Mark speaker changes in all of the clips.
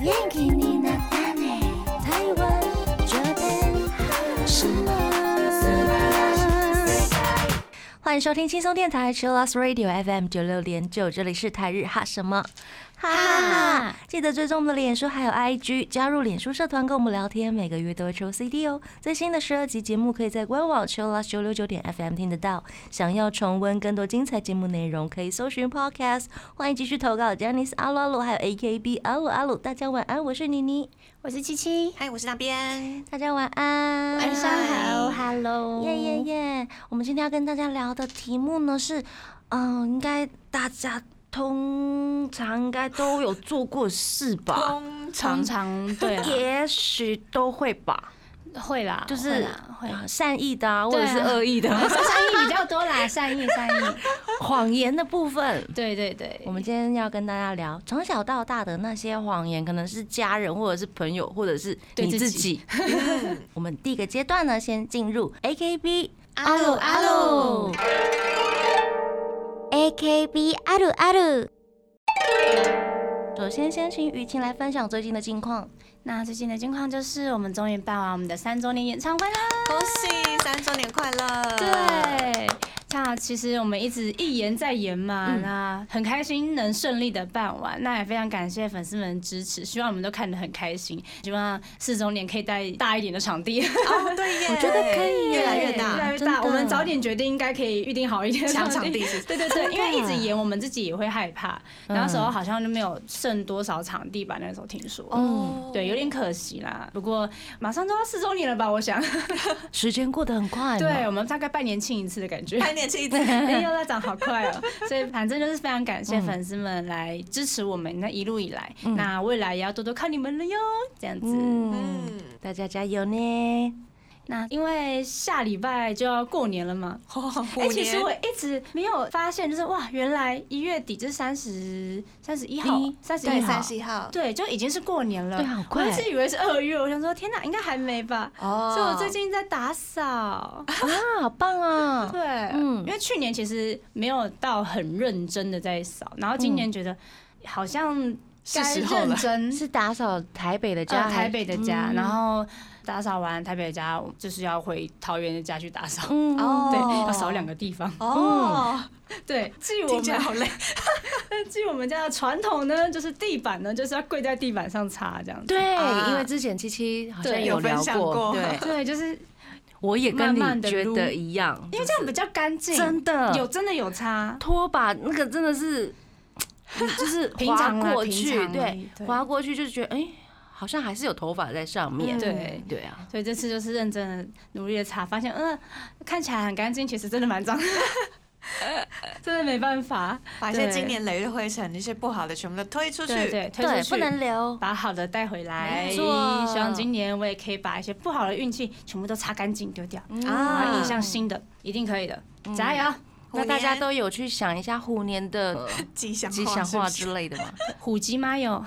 Speaker 1: 元気になったね台湾这边什么？
Speaker 2: 欢迎收听轻松电台 Chillus Radio FM 九六点九，这里是台日哈什么哈哈哈！记得追踪我们的脸书还有 IG，加入脸书社团跟我们聊天，每个月都会抽 CD 哦。最新的十二集节目可以在官网 Chillus 九六九点 FM 听得到。想要重温更多精彩节目内容，可以搜寻 Podcast。欢迎继续投稿 j a n i c e 阿鲁阿鲁还有 AKB 阿鲁阿鲁，大家晚安，我是妮妮，
Speaker 3: 我是七七，
Speaker 4: 嗨，我是那边。
Speaker 2: 大家晚安，
Speaker 3: 晚上好，Hello，
Speaker 2: 耶耶耶！我们今天要跟大家聊的题目呢是，嗯、应该大家通常应该都有做过的事吧？
Speaker 4: 通
Speaker 3: 常常对 啦
Speaker 2: 也许都会吧，
Speaker 3: 会啦，
Speaker 2: 就是
Speaker 3: 会啦会
Speaker 2: 啊善意的啊，或
Speaker 3: 对
Speaker 2: 者
Speaker 3: 啊
Speaker 2: 是恶意 的、
Speaker 3: 善意比较多啦，善意善意，
Speaker 2: 谎言的部分。
Speaker 3: 对对对，
Speaker 2: 我们今天要跟大家聊从小到大的那些谎言，可能是家人或者是朋友，或者是
Speaker 3: 对
Speaker 2: 你
Speaker 3: 自
Speaker 2: 自己。嗯我们第一个阶段呢，先进入 AKB
Speaker 3: 阿鲁阿鲁，
Speaker 1: AKB あるある
Speaker 2: 首先，先请雨晴来分享最近的近况。
Speaker 3: 那最近的情况就是我们终于办完我们的三周年演唱会啦，
Speaker 4: 恭喜三周年快乐！，
Speaker 3: 对。那其实我们一直一言再言嘛，那很开心能顺利的办完，那也非常感谢粉丝们的支持，希望我们都看得很开心，希望四周年可以带大一点的场地，
Speaker 4: 哦，对耶，
Speaker 2: 我觉得可以耶
Speaker 4: 越来越
Speaker 3: 越来
Speaker 4: 大，
Speaker 3: 越
Speaker 2: 真的
Speaker 3: 大。我们早点决定，应该可以预定好一点的
Speaker 4: 抢场地是啊嗯不 是
Speaker 3: 对对 对，因为一直延，我们自己也会害怕。那时候好像就没有剩多少场地吧，那时候听说。
Speaker 4: 哦
Speaker 3: 对，有点可惜啦。不过马上就要四周年了吧？我
Speaker 4: 哎
Speaker 3: 想，
Speaker 2: 时间过得很快嘛，
Speaker 3: 对我们大概半年庆一次的感觉。
Speaker 4: 拍点气 质。
Speaker 3: 哎呦，那长好快哦！所以反正就是非常感
Speaker 4: 嗯
Speaker 3: 谢粉丝们来支持我们，那一路以来，那未来也要多多看你们了哟，这样子。
Speaker 2: 嗯，
Speaker 4: 嗯，
Speaker 2: 大家加油呢！
Speaker 3: 那因为下礼拜就要过年了嘛，
Speaker 4: 哇，
Speaker 3: 哎、
Speaker 4: 五
Speaker 3: 其实
Speaker 4: 哦年
Speaker 3: 我一直没有发现，就是哇，原来一月底就是三十三十一号
Speaker 2: 一，
Speaker 3: 三十一
Speaker 4: 对
Speaker 3: 号
Speaker 4: 三，十一号。
Speaker 3: 对，就已经是过年了。
Speaker 2: 对好快
Speaker 3: 我一直以为是二月，我想说天哪，应该还没吧。
Speaker 4: 哦
Speaker 3: 所以我最近在打扫，
Speaker 2: 啊，好棒啊！
Speaker 3: 对，
Speaker 2: 嗯
Speaker 3: 因为去年其实没有到很认真的在扫，然后今年觉得好像
Speaker 4: 是
Speaker 3: 该
Speaker 4: 时候
Speaker 3: 认
Speaker 4: 了
Speaker 3: 真
Speaker 2: 是打扫台北的家还
Speaker 3: 呃
Speaker 2: 是，
Speaker 3: 嗯台北的家，
Speaker 2: 嗯
Speaker 3: 然后打扫完台北的家，就是要回桃园的家去打扫，
Speaker 2: 嗯
Speaker 4: 哦
Speaker 3: 对，要扫两个地方。
Speaker 4: 哦，
Speaker 3: 对，据我
Speaker 4: 听起来
Speaker 3: 们
Speaker 4: 好累。
Speaker 3: 据我们家的传统呢，就是地板呢就是要跪在地板上擦这样子。
Speaker 2: 对，
Speaker 4: 啊
Speaker 2: 因为之前七七好像
Speaker 3: 对
Speaker 2: 有
Speaker 4: 有分
Speaker 2: 聊
Speaker 4: 享过
Speaker 2: 对，
Speaker 3: 对，就是
Speaker 2: 我也跟
Speaker 3: 慢慢
Speaker 2: 你
Speaker 3: 地
Speaker 2: 觉
Speaker 3: 撸
Speaker 2: 得一样，
Speaker 3: 因为这样比较干净，
Speaker 2: 真的
Speaker 3: 有真的有擦。
Speaker 2: 拖把那个真的是， 就是
Speaker 3: 平
Speaker 2: 划
Speaker 3: 常啊
Speaker 2: 过
Speaker 3: 平
Speaker 2: 去，
Speaker 3: 常而
Speaker 2: 对
Speaker 3: 已，对
Speaker 2: 划过去就觉得哎，好像还是有头发在上面，
Speaker 4: 嗯
Speaker 3: 对
Speaker 2: 对啊，
Speaker 3: 所以这次就是认真的努力的擦，发现嗯、看起来很干净，其实真的蛮脏的， 真的没办法，
Speaker 4: 把一些
Speaker 3: 对
Speaker 4: 经年累月的灰尘、一些不好的全部都推出去。
Speaker 3: 对对，推
Speaker 2: 对，
Speaker 3: 出去
Speaker 2: 不能留，
Speaker 3: 把好的带回来。
Speaker 2: 没
Speaker 3: 希
Speaker 2: 错
Speaker 3: 望今年我也可以把一些不好的运气全部都擦干净丢掉，
Speaker 2: 嗯
Speaker 4: 啊
Speaker 3: 然后印上新的，嗯一定可以的，加油！
Speaker 2: 那大家都有去想一下虎年 的呃
Speaker 4: 吉祥
Speaker 2: 吉祥话
Speaker 4: 是
Speaker 2: 之类的吗？
Speaker 3: 虎吉麻油，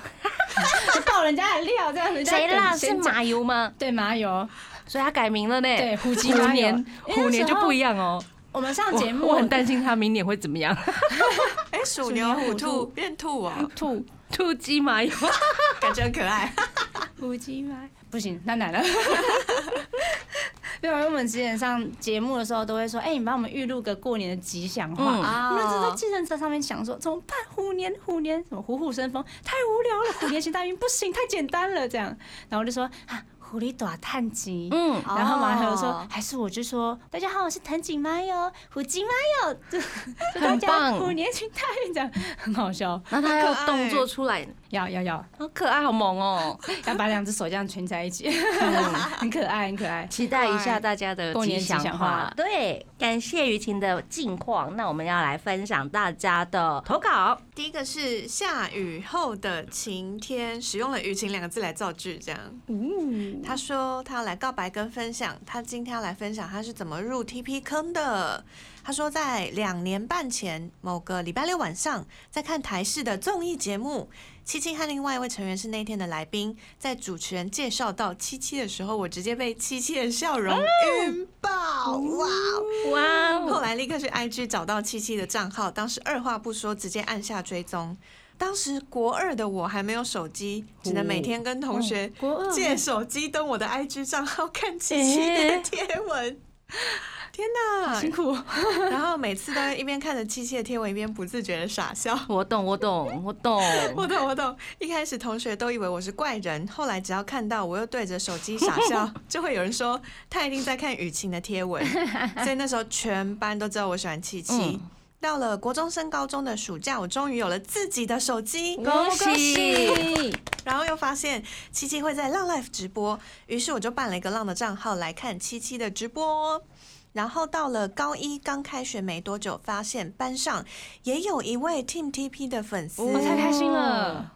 Speaker 3: 就爆人家的料，这样人家
Speaker 2: 谁
Speaker 3: 梗
Speaker 2: 啦？
Speaker 3: 先
Speaker 2: 是
Speaker 3: 讲？
Speaker 2: 马油吗？
Speaker 3: 对麻油，
Speaker 2: 所以他改名了呢。
Speaker 3: 对虎吉
Speaker 2: 虎
Speaker 3: 麻油
Speaker 2: 年，虎年就不一。样哦。
Speaker 3: 我们上
Speaker 2: 我
Speaker 3: 节目，
Speaker 2: 我很担心他明年会怎么样。
Speaker 4: 不是哎，鼠牛虎兔变兔哦，
Speaker 3: 兔
Speaker 2: 兔鸡麻油，
Speaker 4: 感觉很 可爱。
Speaker 3: 虎吉麻不行，太 难了。因为我们之前上节目的时候都会说，哎、你帮我们预录个过年的吉祥话。
Speaker 2: 嗯
Speaker 3: 那就在计程车上面想说怎么办？虎年虎年什么虎虎生风，太无聊了，虎年行大运不行，太简单了这样。然后我就说啊，狐狸短探吉，
Speaker 2: 嗯，
Speaker 3: 然后马还有说
Speaker 4: 哦，
Speaker 3: 还是我就说，大家好，我是藤井妈哟，虎吉妈哟， 就就大
Speaker 2: 很
Speaker 3: 家
Speaker 2: 棒
Speaker 3: 虎年行大运这样， 很好笑，
Speaker 2: 然后他要
Speaker 4: 好可爱
Speaker 2: 动作出来，
Speaker 3: 要要要，
Speaker 2: 好可爱，好萌哦！
Speaker 3: 要把两只手这样圈在一起，
Speaker 2: 嗯
Speaker 3: 很可爱，很可爱。
Speaker 2: 期待一下大家的
Speaker 3: 过年吉
Speaker 2: 祥
Speaker 3: 祥话
Speaker 2: 对，感谢于晴的近况。那我们要来分享大家的投稿。
Speaker 4: 第一个是下雨后的晴天，使用了“雨晴”两个字来造句，这样。
Speaker 3: 嗯，
Speaker 4: 他说他要来告白跟分享，他今天要来分享他是怎么入 TP 坑的。他说在两年半前某个礼拜六晚上，在看台视的综艺节目，七七和另外一位成员是那天的来宾，在主持人介绍到七七的时候，我直接被七七的笑容晕爆，哇！哦
Speaker 2: 哇哦
Speaker 3: 哦
Speaker 4: 后来立刻去 IG 找到七七的账号，当时二话不说直接按下追踪。当时国二的我还没有手机，只能每天跟同学
Speaker 3: 哦国二
Speaker 4: 借手机登我的 IG 账号看琪琪的贴 文。天哪，辛苦！然后每次都会一边看着琪琪的贴文，一边不自觉的傻笑。
Speaker 2: 我懂，我懂，我 懂。
Speaker 4: 我懂，我懂。一开始同学都以为我是怪人，后来只要看到我又对着手机傻 笑，就会有人说他一定在看雨晴的贴文。所以那时候全班都知道我喜欢七七。
Speaker 2: 嗯
Speaker 4: 到了国中升高中的暑假，我终于有了自己的手机，
Speaker 2: 恭喜！
Speaker 4: 然后又发现七七会在浪 life 直播，于是我就办了一个浪的账号来看七七的直播哦。然后到了高一刚开学没多久，发现班上也有一位 Team TP 的粉丝，
Speaker 3: 我太开
Speaker 2: 嗯
Speaker 3: 心了，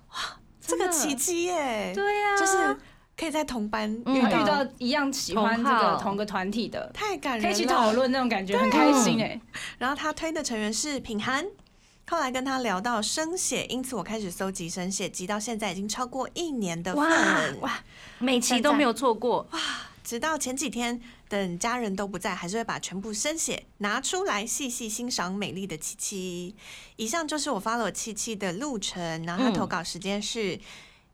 Speaker 4: 这个
Speaker 3: 哦真的
Speaker 4: 奇迹耶！
Speaker 3: 对啊呀、
Speaker 4: 就是可以在同班遇
Speaker 3: 嗯遇
Speaker 4: 到，
Speaker 3: 到一样喜欢
Speaker 2: 同
Speaker 3: 这个
Speaker 2: 好
Speaker 3: 同个团体的，
Speaker 4: 太感人
Speaker 3: 可
Speaker 4: 了。
Speaker 3: 以去讨。论那种感觉，很开心哎、
Speaker 4: 然后他推的成员是品涵，后来跟他聊到生写，因此我开始搜集生写，集到现在已经超过一年的
Speaker 3: 欸
Speaker 4: 份。哇！
Speaker 2: 每期都没有错过，
Speaker 4: 直到前几天，等家人都不在，还是会把全部生写拿出来细细欣赏美丽的七七。以上就是我 follow 七七的路程，然后他
Speaker 2: 嗯
Speaker 4: 投稿时间是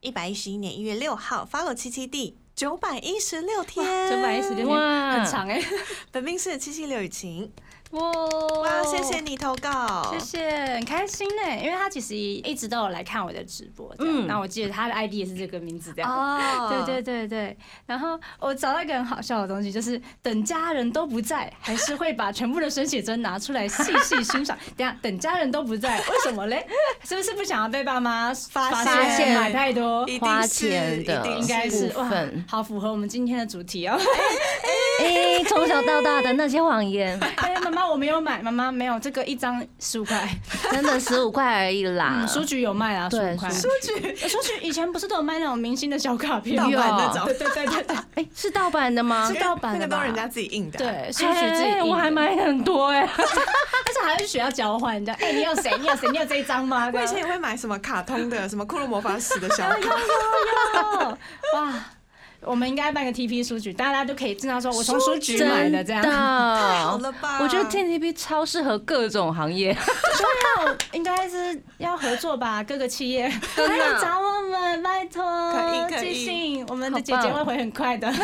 Speaker 4: 一百一十一年一月六号，follow 七七第九百一十六天，
Speaker 3: 九百一十六天
Speaker 2: 哇
Speaker 3: 很长哎、
Speaker 4: 本命是七七刘雨晴，
Speaker 3: 哇
Speaker 4: 哇，谢谢你投稿
Speaker 3: 哦谢，谢，很开心呢，因为他其实一直都有来看我的直播，
Speaker 2: 嗯
Speaker 3: 嗯，那我记得他的 ID 也是这个名字这样。
Speaker 4: 哦
Speaker 3: 对对对对，然后我找到一个很好笑的东西，就是等家人都不在，还是会把全部的生写真拿出来细细欣赏。等一下等家人都不在，为什么嘞？是不是不想要被爸妈
Speaker 4: 发
Speaker 3: 发
Speaker 2: 现
Speaker 3: 现买太多？
Speaker 4: 一定是
Speaker 2: 花钱的
Speaker 4: 一 定
Speaker 3: 应该是
Speaker 2: 部
Speaker 3: 哇
Speaker 2: 分，
Speaker 3: 好符合我们今天的主题哦。
Speaker 2: 哎，从小到大的那些谎言，
Speaker 3: 哎，妈妈我没有买，妈妈没有这个一张十五块，
Speaker 2: 真的十五块而已啦
Speaker 3: 嗯，。书局有卖啊，十
Speaker 2: 对
Speaker 3: 五块。
Speaker 2: 书
Speaker 4: 局
Speaker 3: 欸说去以前不是都有卖那种明星的小卡片
Speaker 4: 盗
Speaker 3: 吗？
Speaker 4: 版那
Speaker 2: 有
Speaker 4: 种，
Speaker 3: 对对对对对
Speaker 2: 哎，是盗版的吗？
Speaker 3: 是盗版
Speaker 4: 那
Speaker 3: 的
Speaker 4: 个都
Speaker 3: 吧
Speaker 4: 是人家自己印的，，啊
Speaker 3: 对，数学自己印
Speaker 2: 哎
Speaker 3: 的，
Speaker 2: 我还买很多哎。
Speaker 3: 而且还要去学校交换，你知道？哎，你有谁？你有谁？你有这一张 吗？
Speaker 4: 我以前也会买什么卡 通的，什么骷髅魔法使的小卡，
Speaker 3: 哦 哇，我们应该办个 TP 书局，大家都可以经常说，我从书局买的这样。
Speaker 2: 真
Speaker 3: 对
Speaker 4: 太好
Speaker 2: 的
Speaker 4: 了吧？
Speaker 2: 我觉得 TTP 超适合各种行业，
Speaker 3: 啊，我应该是要合作 吧，各个企业
Speaker 2: 真的
Speaker 3: 还有找我们，拜托，
Speaker 4: 可以可以
Speaker 3: 寄信，我们的
Speaker 2: 好
Speaker 3: 姐姐
Speaker 2: 棒
Speaker 3: 会回很快的。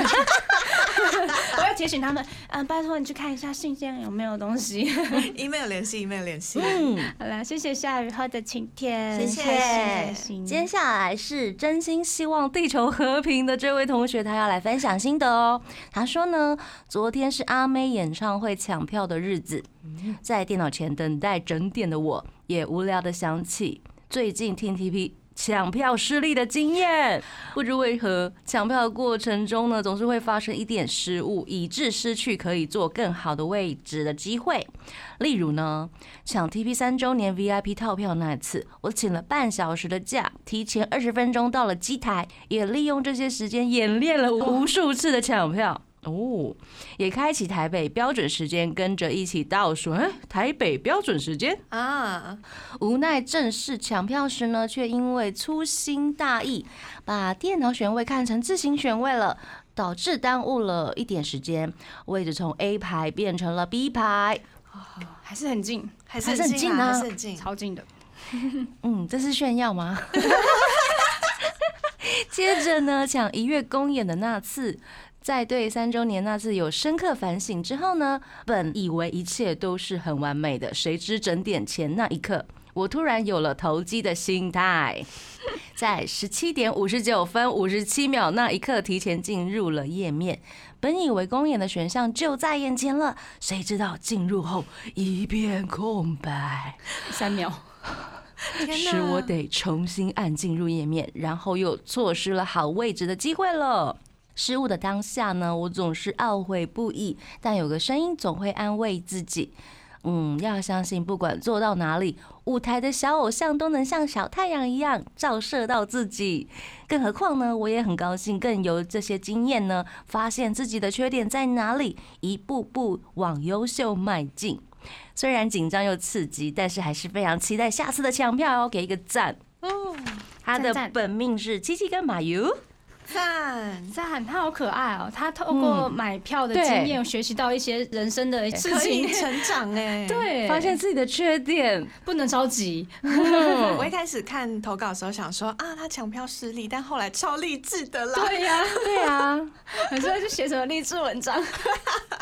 Speaker 3: 我要提醒他们，嗯，拜托你去看一下信件有没有东 西。
Speaker 4: email E 联系，email 联系，
Speaker 2: 嗯，
Speaker 3: 好了，谢谢下雨后的晴天，
Speaker 4: 谢谢
Speaker 3: 开心开心
Speaker 2: 接下来是真心希望地球和平的这位同学，他要来分享心得哦。他说呢，昨天是阿妹演唱会抢票的日子，
Speaker 3: 嗯
Speaker 2: 在电脑前等待整点的我，也无聊的想起最近听 TP。抢票失利的经验，不知为何，抢票的过程中呢，总是会发生一点失误，以致失去可以坐更好的位置的机会。例如呢，抢 TP 三周年 VIP 套票那一次，我请了半小时的假，提前二十分钟到了机台，也利用这些时间演练了无数次的抢票。哦，也开启台北标准时间，跟着一起倒数。哎，台北标准时间。
Speaker 4: 啊，
Speaker 2: 无奈正式抢票时呢，却因为粗心大意，把电脑选位看成自行选位了，导致耽误了一点时间，位置从 A 排变成了 B 排。
Speaker 3: 还是很近，
Speaker 4: 还
Speaker 2: 还是很近啊
Speaker 4: 还是很近，
Speaker 3: 超近的。
Speaker 2: 嗯，这是炫耀吗？ 接着呢，抢一月公演的那次，在对三周年那次有深刻反省之后呢，本以为一切都是很完美的，谁知整点前那一刻，我突然有了投机的心态， 在十七点五十九分五十七秒那一刻，提前进入了页面。本以为公演的选项就在眼前了，谁知道进入后一片空白。
Speaker 3: 三秒，
Speaker 4: 天哪
Speaker 2: 使我得重新按进入页面，然后又错失了好位置的机会了。失误的当下呢，我总是懊悔不已，但有个声音总会安慰自己。嗯，要相信，不管做到哪里，舞台的小偶像都能像小太阳一样照射到自己。更何况呢，我也很高兴，更由这些经验呢，发现自己的缺点在哪里，一步步往优秀迈进。虽然紧张又刺激，但是还是非常期待下次的抢票哦，给一个赞。他的
Speaker 3: 赞赞
Speaker 2: 本命是七七跟马油，
Speaker 4: 赞，
Speaker 3: 赞，他好可爱哦！他透过买票的
Speaker 2: 对
Speaker 3: 经验，学习到一些人生的事
Speaker 4: 可以
Speaker 3: 情。
Speaker 4: 成长哎、，
Speaker 3: 对，
Speaker 2: 发现自己的缺点，
Speaker 3: 不能着急，
Speaker 4: 我一开始看投稿的时候想说啊，他抢票失利，但后来超励志的啦。
Speaker 3: 对呀、
Speaker 2: 对啊，
Speaker 3: 很适合去写什么励志文章，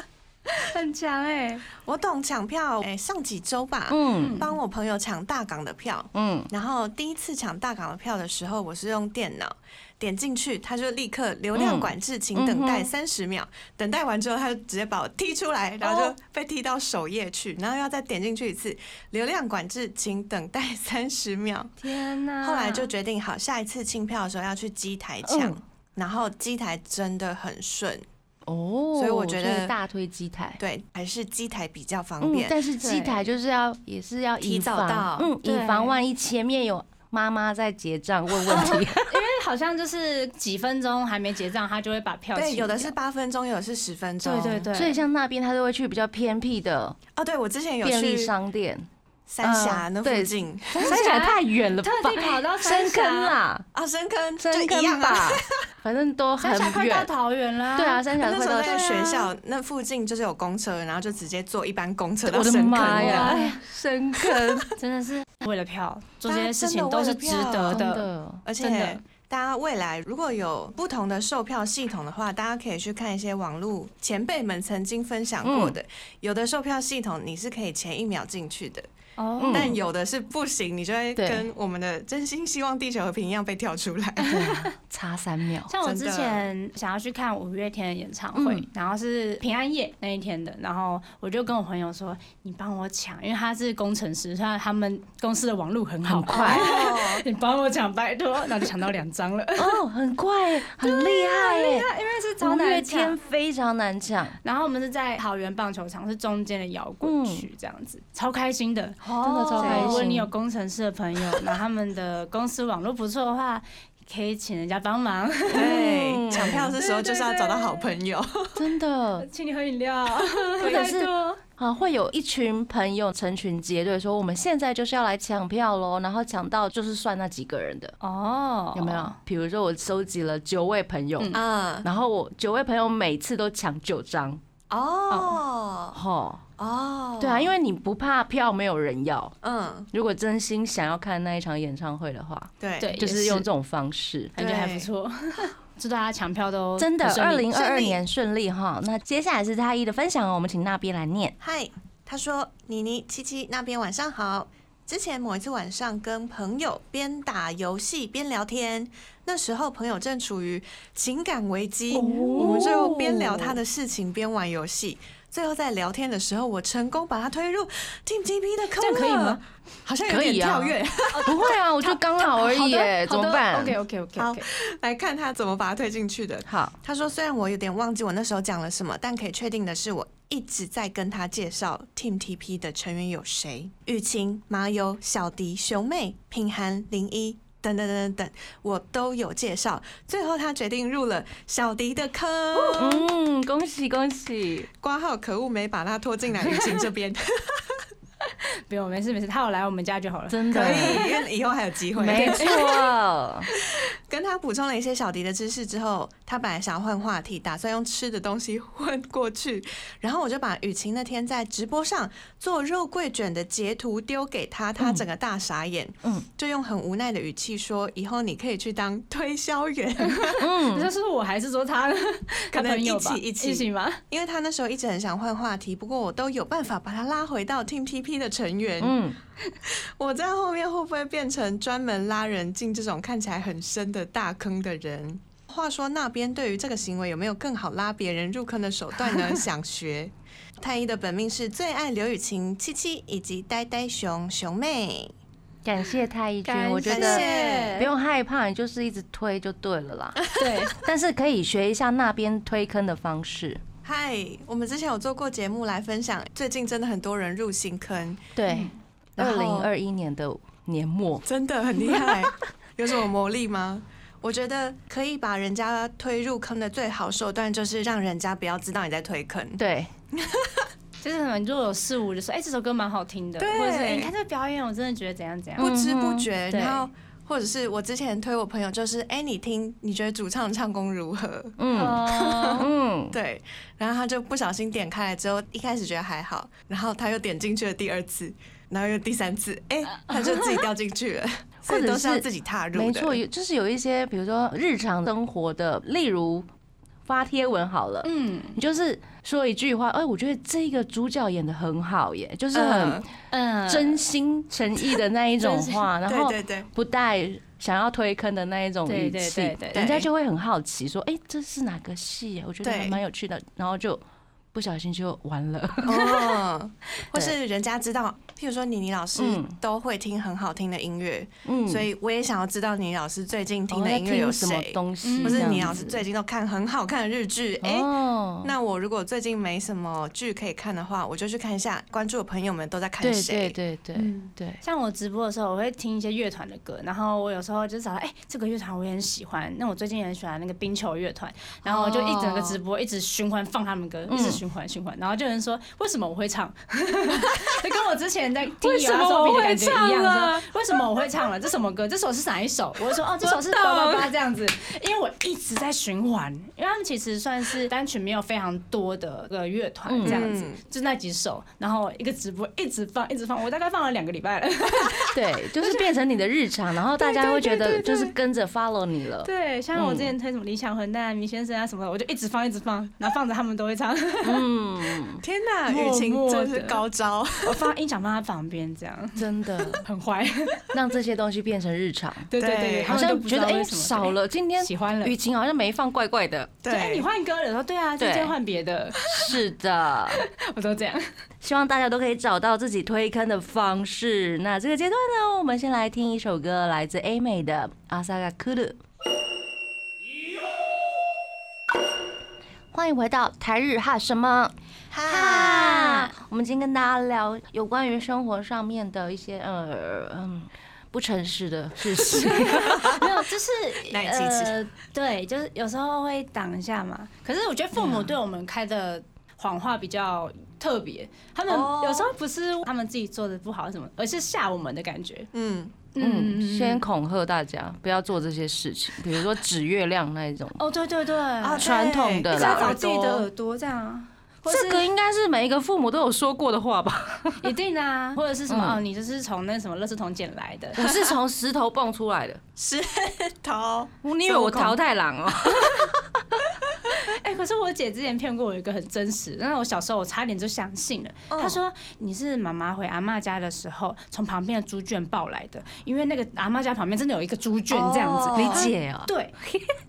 Speaker 3: 很强哎、
Speaker 4: 我懂抢票，哎、上几周吧，
Speaker 2: 嗯
Speaker 4: 帮我朋友抢大港的票，
Speaker 2: 嗯，
Speaker 4: 然后第一次抢大港的票的时候，我是用电脑点进去，他就立刻流量管制，请等待嗯三十秒。等待完之后，他就直接把我踢出来，然后就被踢到首页去，然后要再点进去一次，流量管制，请等待 三十秒。
Speaker 3: 天哪
Speaker 4: 后来就决定好，下一次清票的时候要去机台抢
Speaker 2: 嗯，
Speaker 4: 然后机台真的很顺，
Speaker 2: 哦，
Speaker 4: 所以我觉得
Speaker 2: 所以大推机台，
Speaker 4: 对，还是机台比较方
Speaker 2: 嗯，
Speaker 4: 便。
Speaker 2: 但是机台就是要也是要
Speaker 4: 提
Speaker 2: 以
Speaker 4: 早
Speaker 2: 防
Speaker 4: 到
Speaker 2: 嗯，以
Speaker 3: 对
Speaker 2: 防万一前面有妈妈在结账问问题，
Speaker 3: 因为好像就是几分钟还没结账，他就会把票
Speaker 4: 对，
Speaker 3: 清
Speaker 4: 有的
Speaker 3: 掉
Speaker 4: 是八分钟，有的是十分钟。
Speaker 3: 对对对，
Speaker 2: 所以像那边他都会去比较偏僻的
Speaker 4: 哦，对我之前有
Speaker 2: 便利
Speaker 4: 去
Speaker 2: 商店，
Speaker 4: 三峡那
Speaker 2: 嗯
Speaker 4: 附
Speaker 2: 对
Speaker 4: 近
Speaker 2: 三峡太远了吧，
Speaker 3: 特地跑到三
Speaker 2: 深
Speaker 3: 峡
Speaker 2: 坑，啦，
Speaker 4: 啊，深坑就
Speaker 2: 深
Speaker 4: 一样
Speaker 2: 坑
Speaker 4: 啊。
Speaker 2: 吧，反正都很
Speaker 3: 三峡快到
Speaker 2: 远。
Speaker 3: 桃园啦，
Speaker 2: 对啊，，三峡
Speaker 4: 那
Speaker 2: 快
Speaker 4: 时候
Speaker 2: 到，啊
Speaker 4: 在学校那附近就是有公车，然后就直接坐一班公车到
Speaker 2: 我的
Speaker 4: 深坑
Speaker 2: 妈呀！
Speaker 4: 了。
Speaker 2: 哎呀，深坑
Speaker 3: 真的是为了票做这些事
Speaker 4: 大
Speaker 3: 情
Speaker 4: 家真的
Speaker 3: 都
Speaker 4: 为了
Speaker 3: 是
Speaker 4: 票
Speaker 3: 值得
Speaker 2: 真
Speaker 3: 啊的，
Speaker 2: 的，
Speaker 4: 而
Speaker 3: 真
Speaker 4: 且
Speaker 3: 的
Speaker 4: 大家未来如果有不同的售票系统的话，大家可以去看一些网络前辈们曾经分享
Speaker 2: 嗯
Speaker 4: 过的，有的售票系统你是可以前一秒进去的，
Speaker 3: 哦
Speaker 2: 嗯
Speaker 4: 但有的是不行，你就会
Speaker 2: 对
Speaker 4: 跟我们的真心希望地球和平一样被跳出来。
Speaker 2: 差三 秒，
Speaker 3: 像我
Speaker 4: 真的
Speaker 3: 之前想要去看五月天的演唱会，
Speaker 2: 嗯
Speaker 3: 然后是平安夜那一天的，然后我就跟我朋友说：“你帮我抢，因为他是工程师，他他们公司的网络很好，
Speaker 2: 很快
Speaker 3: 你帮我抢，拜托。”然后就抢到两张了，
Speaker 2: 哦，很快，很厉害耶！
Speaker 3: 因为是
Speaker 2: 五
Speaker 3: 超
Speaker 2: 月天
Speaker 3: 难抢。
Speaker 2: 非常难抢，
Speaker 3: 然后我们是在桃园棒球场，是中间的摇滚区，这样子、超开心哦的。
Speaker 2: 真的超
Speaker 3: 对
Speaker 2: 开
Speaker 3: 如果
Speaker 2: 心。
Speaker 3: 你有工程师的朋 友，然后他们的公司网络不错的话，可以请人家帮忙，
Speaker 4: 对，抢票
Speaker 2: 嗯
Speaker 4: 的时候就是要找到好朋友。
Speaker 2: 真的
Speaker 3: 请你喝饮 料，
Speaker 2: 或者是
Speaker 3: 拜托
Speaker 2: 啊，会有一群朋友成群结队说，我们现在就是要来抢票喽，然后抢到就是算那几个人的，
Speaker 3: 哦，
Speaker 2: 有没有？比如说我收集了九位朋友，
Speaker 3: 嗯
Speaker 4: 嗯，
Speaker 2: 然后我九位朋友每次都抢九张，
Speaker 4: 哦
Speaker 2: 吼，
Speaker 4: 哦，
Speaker 2: 对啊，因为你不怕票没有人要，
Speaker 4: 嗯，
Speaker 2: 如果真心想要看那一场演唱会的话，
Speaker 4: 对
Speaker 3: 对，
Speaker 2: 哎就是
Speaker 3: 也
Speaker 2: 用这种方式。
Speaker 3: 感觉还不 错。祝大家抢票都
Speaker 2: 真的，
Speaker 3: 很顺
Speaker 2: 二
Speaker 3: 利
Speaker 2: 零二
Speaker 4: 顺
Speaker 2: 二
Speaker 4: 利
Speaker 2: 年顺利哈。那接下来是太一的分享哦，我们请那边来念。
Speaker 4: 嗨，他说：“妮妮、七七那边晚上好。之前某一次晚上跟朋友边打游戏边聊天，那时候朋友正处于情感危机，
Speaker 3: 哦
Speaker 4: 我们就边聊他的事情边玩游戏。最后在聊天的时候，我成功把他推入 Team TP 的坑
Speaker 3: 这样
Speaker 4: 了，
Speaker 3: 可以吗？
Speaker 4: 好像有
Speaker 2: 可
Speaker 4: 点
Speaker 2: 以啊
Speaker 4: 跳跃。
Speaker 2: 不会啊，我就刚好而已耶，怎么办？
Speaker 3: ？OK OK OK
Speaker 4: 好
Speaker 3: OK，
Speaker 4: 来看他怎么把他推进去的。
Speaker 2: 好，
Speaker 4: 他说：“虽然我有点忘记我那时候讲了什么，但可以确定的是，我一直在跟他介绍 Team TP 的成员有谁：玉清、麻友、小迪、熊妹、品涵、零一等等等等等，我都有介绍。最后他决定入了小迪的坑，
Speaker 2: 嗯，恭喜恭喜，
Speaker 4: 挂号可恶没把他拖进来玉清这边，
Speaker 3: 不用，没事没事，他有来我们家就好了。
Speaker 2: 真的
Speaker 4: 可，以，因为以后还有机会。
Speaker 2: 没 错，
Speaker 4: 跟他补充了一些小迪的知识之后，他本来想要换话题，打算用吃的东西混过去。然后我就把雨晴那天在直播上做肉桂卷的截图丢给他，他整个大傻眼，
Speaker 2: 嗯
Speaker 4: 就用很无奈的语气说：“以后你可以去当推销员，
Speaker 2: 嗯
Speaker 3: 你说是我还是说他？他
Speaker 4: 可能
Speaker 3: 嗯朋友吧，
Speaker 4: 一起一起
Speaker 3: 一起吗？
Speaker 4: 因为他那时候一直很想换话题，不过我都有办法把他拉回到 Team TP 的成员。
Speaker 2: 嗯，
Speaker 4: 我在后面会不会变成专门拉人进这种看起来很深的大坑的人？话说那边对于这个行为有没有更好拉别人入坑的手段呢？想学。 太一的本命是最爱刘雨晴、七七以及呆呆熊熊妹。
Speaker 2: 感谢太一君，我觉
Speaker 4: 感
Speaker 2: 得
Speaker 4: 谢
Speaker 2: 不用害怕，你就是一直推就对了 啦。
Speaker 3: 对，
Speaker 2: 但是可以学一下那边推坑的方式，
Speaker 4: 嗨，我们之前有做过节目来分享，最近真的很多人入新坑，
Speaker 2: 对，嗯二
Speaker 4: 然
Speaker 2: 零
Speaker 4: 后嗯
Speaker 2: 二一年的年末，
Speaker 4: 真的很厉害。 有什么魔力吗？我觉得可以把人家推入坑的最好手段，就是让人家不要知道你在推坑。
Speaker 2: 对，
Speaker 3: 就是什么，如果有事物就说，哎，这首歌蛮好听的，
Speaker 4: 对
Speaker 2: 嗯
Speaker 3: 或者是哎你看这个表演，我真的觉得怎样怎样。
Speaker 4: 不知不觉，
Speaker 3: 对
Speaker 4: 然后或者是我之前推我朋友，就是哎、你听，你觉得主唱唱功如何？
Speaker 2: 嗯
Speaker 3: 哦
Speaker 2: 嗯，
Speaker 4: 对，然后他就不小心点开来之后，一开始觉得还好，然后他又点进去了第二次，然后又第三次，哎、他就自己掉进去 了，所以都是要自己踏入的。
Speaker 2: 没错，有就是有一些，比如说日常生活的，例如发贴文好了，
Speaker 3: 嗯
Speaker 2: 你就是说一句话，哎，我觉得这个主角演的很好耶，就是很
Speaker 4: 嗯
Speaker 3: 嗯，
Speaker 2: 真心诚意的那一种话，然后
Speaker 4: 对对 对，
Speaker 2: 不带想要推坑的那一种
Speaker 3: 对
Speaker 2: 语
Speaker 3: 对
Speaker 2: 气
Speaker 3: 对对，
Speaker 2: 人家就会很好奇说，哎，这是哪个戏啊？我觉得
Speaker 4: 对
Speaker 2: 还蛮有趣的，然后就不小心就完 了。
Speaker 4: 哦，或是人家知道，譬如说妮妮老师
Speaker 2: 嗯
Speaker 4: 都会听很好听的音乐，
Speaker 2: 嗯
Speaker 4: 所以我也想要知道妮妮老师最近听
Speaker 2: 哦
Speaker 4: 的
Speaker 2: 在
Speaker 4: 音乐有
Speaker 2: 听什么
Speaker 4: 谁，嗯
Speaker 2: 东西，
Speaker 4: 或是
Speaker 2: 这
Speaker 4: 妮妮
Speaker 2: 样
Speaker 4: 老师最近都看很好看的日剧，
Speaker 2: 子
Speaker 4: 哎、
Speaker 2: 哦，
Speaker 4: 那我如果最近没什么剧可以看的话，我就去看一下关注的朋友们都在看
Speaker 2: 对
Speaker 4: 谁。
Speaker 2: 对对对
Speaker 3: 嗯
Speaker 2: 对，
Speaker 3: 像我直播的时候，我会听一些乐团的歌，然后我有时候就找到，哎、这个乐团我也很喜欢。那我最近也很喜欢那个冰球乐
Speaker 2: 哦
Speaker 3: 团，然后我就一整个直播一直循环放他们歌，一直
Speaker 2: 嗯
Speaker 3: 循环循环，然后就有人说为什么我会唱， 就跟我之前在听
Speaker 2: 为
Speaker 3: 有
Speaker 2: 什
Speaker 3: 阿
Speaker 2: 么
Speaker 3: 周
Speaker 2: 我
Speaker 3: 笔的
Speaker 2: 会
Speaker 3: 感觉一
Speaker 2: 唱
Speaker 3: 样，
Speaker 2: 啊
Speaker 3: 说为什么我会唱了这什么歌，这首是哪一首？我就说哦，这首是
Speaker 2: 懂
Speaker 3: 叭叭叭这样子，因为我一直在循环，因为他们其实算是单曲没有非常多的呃乐团这样子，
Speaker 4: 嗯
Speaker 3: 就那几首，然后一个直播一直放一直放，我大概放了两个礼拜了。
Speaker 2: 对，就是变成你的日常，然后大家会觉得就是跟着 follow 你了。
Speaker 3: 对，像我之前推什么理想混蛋、明先生啊什么的，我就一直放一直放，然后放着他们都会唱，
Speaker 2: 嗯，
Speaker 4: 天哪，
Speaker 3: 默
Speaker 4: 雨晴
Speaker 3: 默
Speaker 4: 真是
Speaker 3: 地
Speaker 4: 高招。
Speaker 3: 我放音响放在旁边这样，
Speaker 2: 真的
Speaker 3: 很坏。
Speaker 2: 让这些东西变成日 常，
Speaker 3: 对对对
Speaker 4: 对
Speaker 3: 对，
Speaker 2: 好像觉得
Speaker 3: 哎
Speaker 2: 哎少了，今天
Speaker 3: 喜欢了。
Speaker 2: 雨晴好像没放怪怪的。
Speaker 3: 对，哎，你
Speaker 4: 对，
Speaker 3: 换歌了，说对啊，今
Speaker 2: 对
Speaker 3: 天换别的，
Speaker 2: 是的，
Speaker 3: 我都这样。
Speaker 5: 希望大家都可以找到自己推坑的方式。那这个阶段呢，我们先来听一首歌，来自 A 美的《阿萨嘎库鲁》。欢迎回到台日哈什么哈？我们今天跟大家聊有关于生活上面的一些呃嗯不诚实的事情。
Speaker 3: 没有， 就是
Speaker 4: 难以启齿
Speaker 3: 呃，对，就是有时候会挡一下嘛。可是我觉得父母对我们开的谎话比较特别，他们
Speaker 4: 哦
Speaker 3: 有时候不是他们自己做的不好什么，而是吓我们的感觉。
Speaker 4: 嗯，
Speaker 2: 嗯，先恐吓大家不要做这些事情，比如说指月亮那一种
Speaker 3: 哦，对对对，
Speaker 4: 啊
Speaker 2: 传统的
Speaker 3: 一直在
Speaker 2: 啦。
Speaker 3: 找自己的耳朵这样啊。或
Speaker 2: 这个
Speaker 3: 是
Speaker 2: 应该是每一个父母都有说过的话吧？
Speaker 3: 一定的啊， 或者是什么、
Speaker 2: 嗯
Speaker 3: 哦，你就是从那什么垃圾桶捡来 的，
Speaker 2: 我是从石头蹦出来的，
Speaker 4: 石头
Speaker 2: 你以为我淘汰狼哦？
Speaker 3: 哎、可是我姐之前骗过我一个很真实，然后我小时候我差点就相信了。她说你是妈妈回阿嬷家的时候从旁边的猪圈抱来的，因为那个阿嬷家旁边真的有一个猪圈这样子。
Speaker 4: 哦
Speaker 2: 理解哦，
Speaker 3: 对，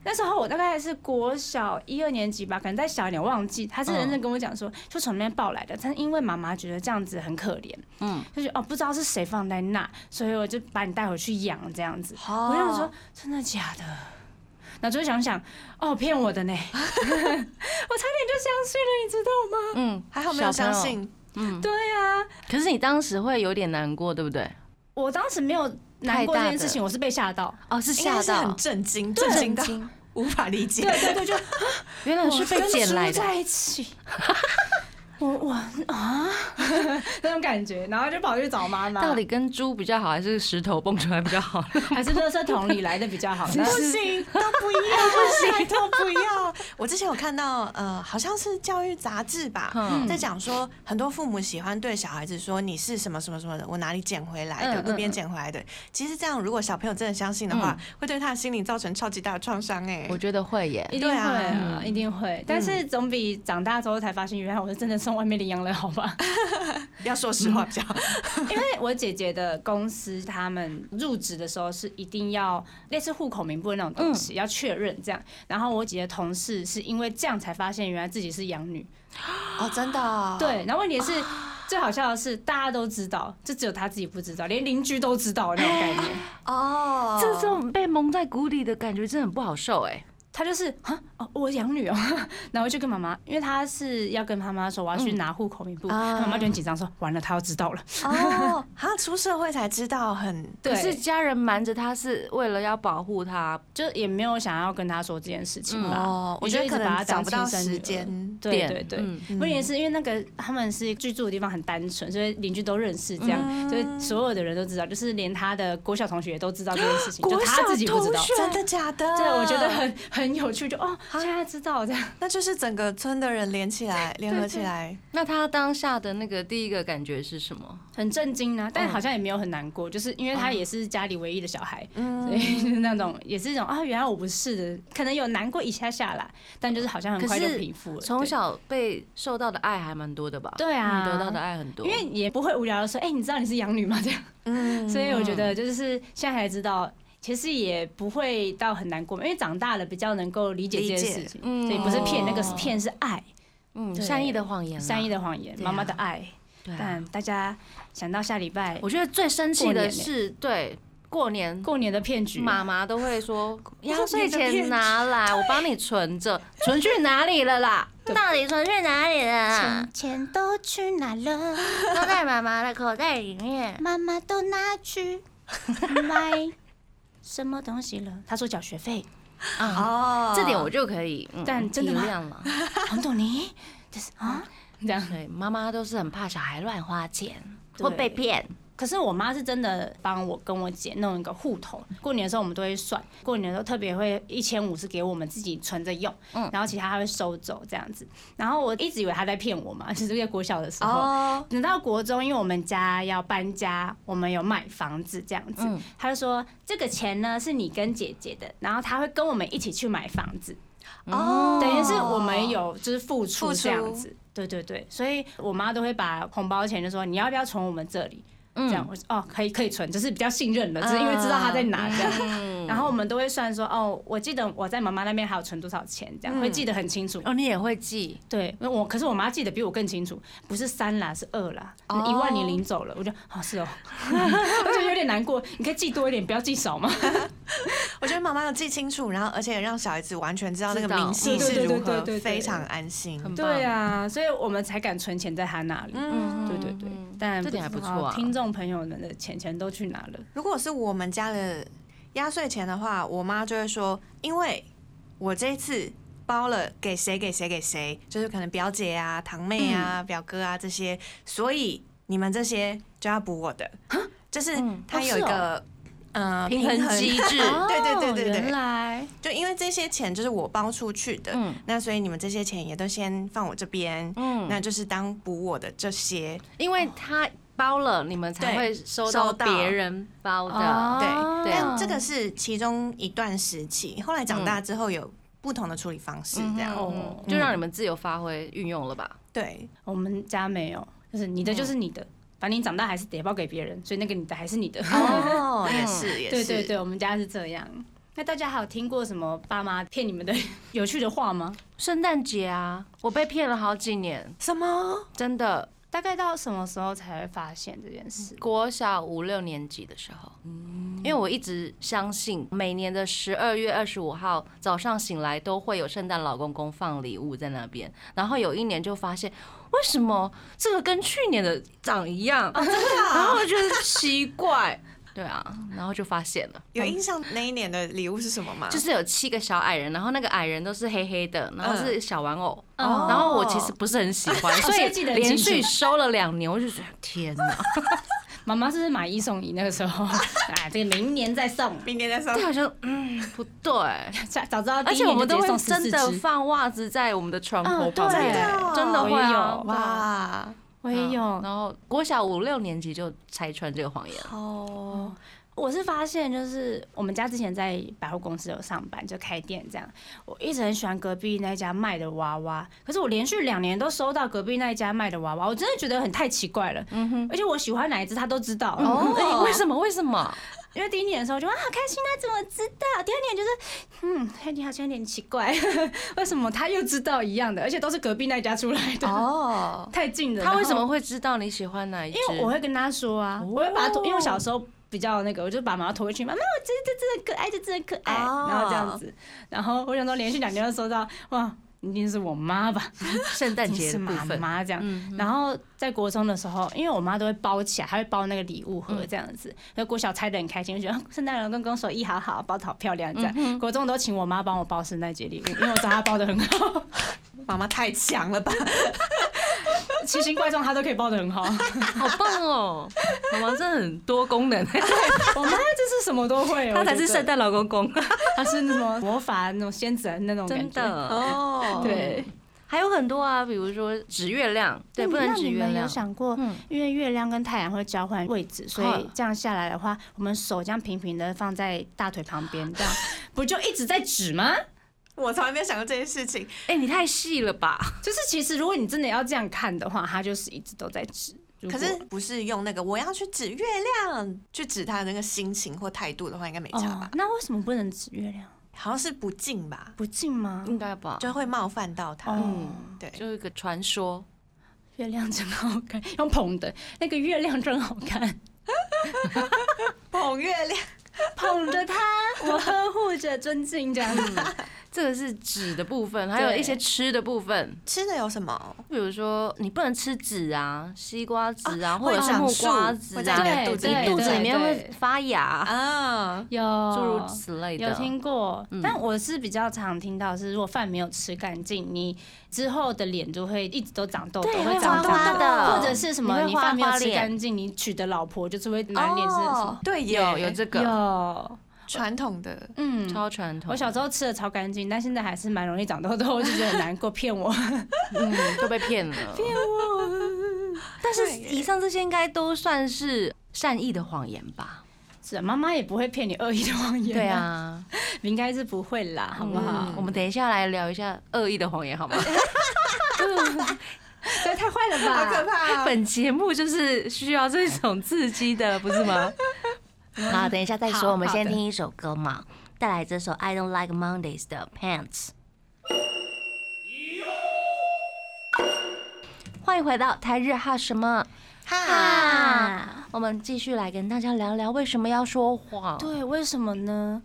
Speaker 3: 那时候我大概是国小一二年级吧，可能再小一点忘记。她是
Speaker 2: 嗯
Speaker 3: 认真跟我讲说，就从那边抱来的，但是因为妈妈觉得这样子很可怜，嗯，就是哦不知道是谁放在那，所以我就把你带回去养这样子。我想说，真的假的？然后就想想，哦，骗我的呢， 我差点就相信了，你知道吗？
Speaker 2: 嗯，
Speaker 4: 还好没有
Speaker 2: 小朋
Speaker 4: 相
Speaker 2: 友
Speaker 4: 信，
Speaker 2: 嗯
Speaker 3: 对啊，
Speaker 2: 可是你当时会有点难过，对不对？
Speaker 3: 我当时没有难过这件事
Speaker 2: 太大
Speaker 3: 情，
Speaker 2: 的
Speaker 3: 我是被吓到。
Speaker 2: 哦，是
Speaker 4: 应
Speaker 2: 吓
Speaker 4: 该是很
Speaker 2: 到，
Speaker 4: 震惊，震惊到 无法理解
Speaker 3: 对。对对，就
Speaker 2: 原来是被捡来
Speaker 3: 我跟猪
Speaker 2: 的。
Speaker 3: 在一 起。我我啊， 那种感觉，然后就跑去找妈妈，
Speaker 2: 到底跟猪比较好，还是石头蹦出来比较好？
Speaker 3: 还是垃圾桶里来的比较好。
Speaker 4: 不行，都不要，拜托不要！我之前有看到，呃，好像是教育杂志吧，
Speaker 2: 嗯
Speaker 4: 在讲说很多父母喜欢对小孩子说你是什么什么什么的，我哪里捡回来的，
Speaker 3: 嗯嗯
Speaker 4: 路边捡回来的。其实这样，如果小朋友真的相信的话，会对他的心灵造成超级大的创伤。哎
Speaker 2: 我，觉得会耶。
Speaker 3: 一定会
Speaker 4: 对嗯
Speaker 3: 啊，一定会。但是总比长大之后才发现，原来我是真的送外面领养了，好 吧？
Speaker 4: 要说实话比较好。
Speaker 3: 嗯因为我姐姐的公司，他们入职的时候是一定要类似户口名簿的那种东
Speaker 4: 嗯
Speaker 3: 西，要确认这样。然后我姐姐的同事是因为这样才发现原来自己是养女，
Speaker 4: 哦，真的 哦，啊
Speaker 3: 对。然后问题是。最好笑的是，大家都知道，就只有她自己不知道，连邻居都知道那种概 念。
Speaker 4: 哦，
Speaker 2: 这种被蒙在鼓里的感觉真的很不好受哎。
Speaker 3: 她就是啊，哦，我养女哦， 然后就跟妈妈，因为她是要跟妈妈说我要去拿户口名簿，
Speaker 4: 啊
Speaker 3: 妈妈就很紧张说完了，她要知道了。
Speaker 4: 哦， 哈，出社会才知道很。
Speaker 2: 可
Speaker 3: 对，
Speaker 2: 是家人瞒着他是为了要保护他，
Speaker 3: 就也没有想要跟她说这件事情吧。
Speaker 4: 哦，我
Speaker 3: 你
Speaker 4: 觉
Speaker 3: 就
Speaker 4: 得
Speaker 3: 一
Speaker 4: 可
Speaker 3: 直把
Speaker 4: 能
Speaker 3: 她当
Speaker 4: 找不到
Speaker 3: 亲生女
Speaker 4: 时
Speaker 3: 儿
Speaker 4: 间，
Speaker 3: 对对对，
Speaker 2: 嗯
Speaker 4: 嗯
Speaker 3: 问题是因为那个他们是居住的地方很单纯，所以邻居都认识，这样、
Speaker 4: 嗯
Speaker 3: 所以所有的人都知道，就是连他的国小同学也都知道这件事情，就
Speaker 4: 国
Speaker 3: 他
Speaker 4: 小
Speaker 3: 自己不知
Speaker 4: 同
Speaker 3: 道
Speaker 4: 学。真的假 的？
Speaker 3: 对，我觉得 很很有趣，就哦，现在知道这样。
Speaker 4: 那就是整个村的人连起来，联合起来，
Speaker 2: 那他当下的那个第一个感觉是什么？
Speaker 3: 很震惊啊，但好像也没有很难过，就是因为他也是家里唯一的小孩，所
Speaker 4: 嗯，
Speaker 3: 以就是那种也是一种啊，原来我不是的，可能有难过一下下啦，但就是好像很快就
Speaker 2: 可是
Speaker 3: 平复了。
Speaker 2: 从
Speaker 3: 对
Speaker 2: 小被受到的爱还蛮多的吧？
Speaker 3: 对
Speaker 2: 嗯
Speaker 3: 啊
Speaker 2: 得到的爱很多。
Speaker 3: 因为也不会无聊的说，哎、你知道你是养女吗？这 样，
Speaker 4: 嗯
Speaker 3: 所以我觉得就是现在才知道，其实也不会到很难过，因为长大了比较能够理解这件事情，
Speaker 2: 嗯
Speaker 3: 所以不是骗，那个是
Speaker 2: 哦
Speaker 3: 骗是爱，
Speaker 2: 嗯
Speaker 3: 对
Speaker 2: 善意的谎言啊，
Speaker 3: 善意的谎言，
Speaker 2: 对啊
Speaker 3: 妈妈的爱。
Speaker 2: 对啊。
Speaker 3: 但大家想到下礼拜
Speaker 2: 我觉得最生气
Speaker 3: 过
Speaker 2: 的
Speaker 3: 年欸
Speaker 2: 是，对过年
Speaker 3: 过年的骗局，
Speaker 2: 妈妈都会说压岁
Speaker 4: 年的骗
Speaker 2: 钱
Speaker 4: 子
Speaker 2: 拿来，我帮你存着，存去哪里了啦？
Speaker 5: 到底存去哪里了啊？
Speaker 1: 嗯哦钱钱都去哪了？
Speaker 5: 都在妈妈的口袋里 面。
Speaker 1: 妈妈都拿去买。
Speaker 3: 什么东西了？他说缴学费，嗯
Speaker 2: 啊，
Speaker 4: 哦，
Speaker 2: 这点我就可以，嗯
Speaker 3: 但真的
Speaker 2: 体
Speaker 3: 吗
Speaker 2: 谅了。
Speaker 3: 黄董尼，这是啊这样。
Speaker 2: 对，妈妈都是很怕小孩乱花钱，
Speaker 5: 会被骗，
Speaker 3: 可是我妈是真的帮我跟我姐弄一个户头，过年的时候我们都会算，过年的时候特别会一千五是给我们自己存着用，
Speaker 2: 嗯
Speaker 3: 然后其他她会收走这样子。然后我一直以为她在骗我嘛，就是在国小的时候。
Speaker 4: 哦，
Speaker 3: 等到国中，因为我们家要搬家，我们有买房子这样子，
Speaker 2: 嗯
Speaker 3: 她就说这个钱呢是你跟姐姐的，然后她会跟我们一起去买房子，
Speaker 4: 哦，
Speaker 3: 等于是我们有就是付出
Speaker 4: 付出
Speaker 3: 这样子，对对对，所以我妈都会把红包钱就说你要不要存我们这里，这
Speaker 4: 嗯
Speaker 3: 样我说哦可以可以存，就是比较信任了，只是因为知
Speaker 4: 啊
Speaker 3: 道她在哪这样。 然后我们都会算说哦，我记得我在妈妈那边还有存多少钱，这样会
Speaker 4: 嗯
Speaker 3: 记得很清楚。
Speaker 2: 哦，你也会记，
Speaker 3: 对，因为我可是我妈记得比我更清楚，不是三啦，是二啦，
Speaker 4: 哦
Speaker 3: 一万你领走了，我就哦是哦， 我就有点难过，你可以记多一点，不要记少 嘛。
Speaker 4: 我觉得妈妈有记清楚，然后而且让小孩子完全知道那个
Speaker 2: 知道
Speaker 4: 明细
Speaker 3: 对
Speaker 4: 是
Speaker 3: 对对
Speaker 4: 如何
Speaker 3: 对对，对
Speaker 4: 非常安心。
Speaker 2: 很棒。
Speaker 3: 对啊， 所以我们才敢存钱在她那里。
Speaker 4: 嗯，
Speaker 3: 对对对，但
Speaker 2: 这点还不
Speaker 3: 知道
Speaker 2: 错啊
Speaker 3: 听众朋友们的钱钱都去哪了？
Speaker 4: 如果是我们家的压岁钱的话，我妈就会说，因为我这一次包了给谁给谁给谁，就是可能表姐啊、堂妹
Speaker 2: 嗯
Speaker 4: 啊、表哥啊这些，所以你们这些就要补我的，就是它有一个、呃
Speaker 2: 哦平衡机制
Speaker 4: 对对对对
Speaker 3: 哦原
Speaker 4: 对，
Speaker 3: 来
Speaker 4: 就因为这些钱就是我包出去的，
Speaker 2: 嗯
Speaker 4: 那所以你们这些钱也都先放我这边，
Speaker 2: 嗯，
Speaker 4: 那就是当补我的这些，
Speaker 2: 因为他包了，你们才
Speaker 4: 对
Speaker 2: 会收
Speaker 4: 收
Speaker 2: 到
Speaker 4: 到
Speaker 2: 别人包的。
Speaker 3: 哦
Speaker 2: 对啊
Speaker 4: 但这个是其中一段时期，后来长大之后有不同的处理方
Speaker 2: 嗯
Speaker 4: 式，这样、
Speaker 3: 哦
Speaker 2: 就让你们自由发挥运用了吧。
Speaker 4: 对，
Speaker 3: 我们家没有，就是你的就是你的，反正你长大还是得包给别人，所以那个你的还是你的。
Speaker 4: 哦，也是也
Speaker 3: 对
Speaker 4: 是，
Speaker 3: 对对，我们家是这样。那大家还有听过什么爸妈骗你们的 有趣的话吗？
Speaker 2: 圣诞节啊，我被骗了好几年，
Speaker 4: 什么？
Speaker 2: 真的。
Speaker 3: 大概到什么时候才会发现这件事？
Speaker 2: 国小五六年级的时候，因为我一直相信每年的十二月二十五号早上醒来都会有圣诞老公公放礼物在那边，然后有一年就发现为什么这个跟去年的长一样， 然后我觉得奇怪，啊对啊，然后就发现了。啊
Speaker 4: 有印象那一年的礼物是什么吗？
Speaker 2: 就是有七个小矮人，然后那个矮人都是黑黑的，然后是小玩偶，
Speaker 4: 哦
Speaker 2: 然后我其实不是很喜欢，哦所
Speaker 3: 所
Speaker 2: 以
Speaker 3: 以记得很清
Speaker 2: 连
Speaker 3: 楚
Speaker 2: 续收了两年，我就觉得天哪，
Speaker 3: 妈妈是不是买一送一那个时候，哎，这个明年再送，
Speaker 4: 明年再
Speaker 2: 对，
Speaker 4: 说。
Speaker 2: 我就嗯不对，
Speaker 3: 早知道第
Speaker 2: 而
Speaker 3: 一
Speaker 2: 且我
Speaker 3: 年
Speaker 2: 们都
Speaker 3: 就直接
Speaker 2: 会
Speaker 3: 送十
Speaker 2: 真
Speaker 3: 四
Speaker 2: 的
Speaker 3: 只。
Speaker 2: 放袜子在我们的床头
Speaker 3: 嗯对
Speaker 2: 旁边，
Speaker 4: 哦
Speaker 2: 真的会
Speaker 3: 我也
Speaker 2: 啊
Speaker 3: 有，
Speaker 4: 哇，
Speaker 3: 我也有，
Speaker 2: 嗯然后国小五六年级就拆穿这个谎言了，
Speaker 4: 哦，
Speaker 3: 我是发现，就是我们家之前在百货公司有上班，就开店这样。我一直很喜欢隔壁那一家卖的娃娃，可是我连续两年都收到隔壁那一家卖的娃娃，我真的觉得很太奇怪了。而且我喜欢哪一只，他都知道。
Speaker 2: 嗯 哦，哎为
Speaker 3: 么？
Speaker 2: 什么？为什么？
Speaker 3: 因为第一年的时候我就哇好开心，他怎么知道？第二年就是，嗯，哎你好像有点奇怪， 为什么他又知道一样的，而且都是隔壁那一家出来的，
Speaker 4: 哦，
Speaker 3: 太近了。
Speaker 2: 他为什
Speaker 3: 然
Speaker 2: 么
Speaker 3: 后
Speaker 2: 会知道你喜欢哪一只？哦
Speaker 3: 因为我会跟他说啊，我会把它，因为我小时候比较那个，我就把妈妈拖回去，妈妈，我这这真的可爱，这真的可爱，
Speaker 4: 哦
Speaker 3: 然后这样子，然后我想说连续两天都收到，哇，一定是我妈吧，
Speaker 2: 圣诞
Speaker 3: 一定
Speaker 2: 节
Speaker 3: 是
Speaker 2: 的部
Speaker 3: 妈
Speaker 2: 分，嗯
Speaker 3: 妈这样。然后在国中的时候，因为我妈都会包起来，她会包那个礼物盒这样子，所以国小拆的很开心，就觉得啊圣诞老公公手艺好好，包的好漂亮这
Speaker 2: 嗯
Speaker 3: 样。国中都请我妈帮我包圣诞节礼物，因为我知道她包的很好，
Speaker 4: 妈妈太强了吧？
Speaker 3: 奇形怪状她都可以包的 很好。
Speaker 2: 好棒哦！妈妈真的很多功 能，
Speaker 3: 我妈就是什么都会，
Speaker 2: 她才是圣
Speaker 3: 诞，
Speaker 2: 诞老公公，
Speaker 3: 她是那种魔法那种仙子那种感
Speaker 2: 真
Speaker 3: 觉。
Speaker 2: 的。
Speaker 4: 哦，
Speaker 3: 对，
Speaker 2: 还有很多啊，比如说指月亮，对，
Speaker 3: 那
Speaker 2: 不能
Speaker 3: 那
Speaker 2: 指
Speaker 3: 你
Speaker 2: 月
Speaker 3: 们有
Speaker 2: 亮。
Speaker 3: 想过，
Speaker 2: 嗯
Speaker 3: 因为月亮跟太阳会交换位置，所以这样下来的话，我们手这样平平的放在大腿旁边， 这样不就一直在指吗？
Speaker 4: 我从来没有想过这件事情。
Speaker 2: 哎，你太细了吧？
Speaker 3: 就是其实如果你真的要这样看的话，它就是一直都在指。如
Speaker 4: 可
Speaker 3: 果
Speaker 4: 是不是用那个我要去指月亮，去指他的那个心情或态度的话，应该没差
Speaker 3: 哦
Speaker 4: 吧，？
Speaker 3: 那为什么不能指月亮？
Speaker 4: 好像是不敬吧，
Speaker 3: 不敬吗？
Speaker 2: 应该吧？
Speaker 4: 就会冒犯到他。
Speaker 3: 哦，
Speaker 4: 对，
Speaker 2: 就一个传说，
Speaker 3: 月亮真好看，用捧的那个月亮真好看，
Speaker 4: 捧哦月亮。
Speaker 3: 捧 着它，我呵护着，尊敬这样子。
Speaker 2: 这个是纸的部分，还有
Speaker 3: 对
Speaker 2: 一些吃的部分，
Speaker 4: 吃的有什么？
Speaker 2: 比如说你不能吃籽啊，西瓜籽啊，或者是
Speaker 4: 长
Speaker 2: 木
Speaker 4: 树
Speaker 2: 瓜
Speaker 4: 会
Speaker 2: 籽
Speaker 4: 长
Speaker 2: 啊，
Speaker 4: 在你的肚子里
Speaker 3: 对
Speaker 4: 面
Speaker 2: 肚子里面
Speaker 3: 对
Speaker 2: 会发芽，
Speaker 4: 啊，
Speaker 3: 有
Speaker 2: 诸如此类的。
Speaker 3: 有听过
Speaker 2: 嗯，
Speaker 3: 但我是比较常听到是，如果饭没有吃干净，你之后的脸就会一直都长痘痘，
Speaker 2: 对
Speaker 3: 会
Speaker 2: 会
Speaker 3: 长
Speaker 2: 花
Speaker 3: 痘
Speaker 2: 花
Speaker 3: 痘
Speaker 2: 的
Speaker 3: 或者是什
Speaker 2: 你
Speaker 3: 么
Speaker 2: 会
Speaker 3: 你饭没有
Speaker 2: 花花
Speaker 3: 吃
Speaker 2: 脸
Speaker 3: 干净，你娶的老婆就是会满脸是什么？
Speaker 4: 对耶，
Speaker 2: 有有这个
Speaker 3: 有，
Speaker 4: 传统的，
Speaker 3: 嗯。
Speaker 2: 超传统，
Speaker 3: 我小时候吃的超干净，但现在还是蛮容易长痘痘，我就觉得很难过，骗我。
Speaker 2: 嗯都被骗了，
Speaker 5: 但是
Speaker 4: 对耶
Speaker 2: 以上这些应该都算是善意的谎言吧？
Speaker 3: 是啊，妈妈也不会骗你恶意的谎言。
Speaker 2: 对，啊，
Speaker 3: 你应该是不会啦，好不好？
Speaker 2: 嗯我们等一下来聊一下恶意的谎言， 好吗？
Speaker 3: 这太坏了吧！
Speaker 4: 好可怕哦。
Speaker 2: 本节目就是需要这种刺激的，不是吗？嗯
Speaker 5: 好，等一下再
Speaker 3: 好
Speaker 5: 说，我们
Speaker 3: 好
Speaker 5: 先
Speaker 3: 的
Speaker 5: 听一首歌嘛，带来这首《I Don't Like Mondays》的 Pants。欢迎回到台日哈什么
Speaker 4: 哈，
Speaker 5: 哈？我们继续来跟大家聊聊为什么要说谎。
Speaker 3: 对，为什么呢？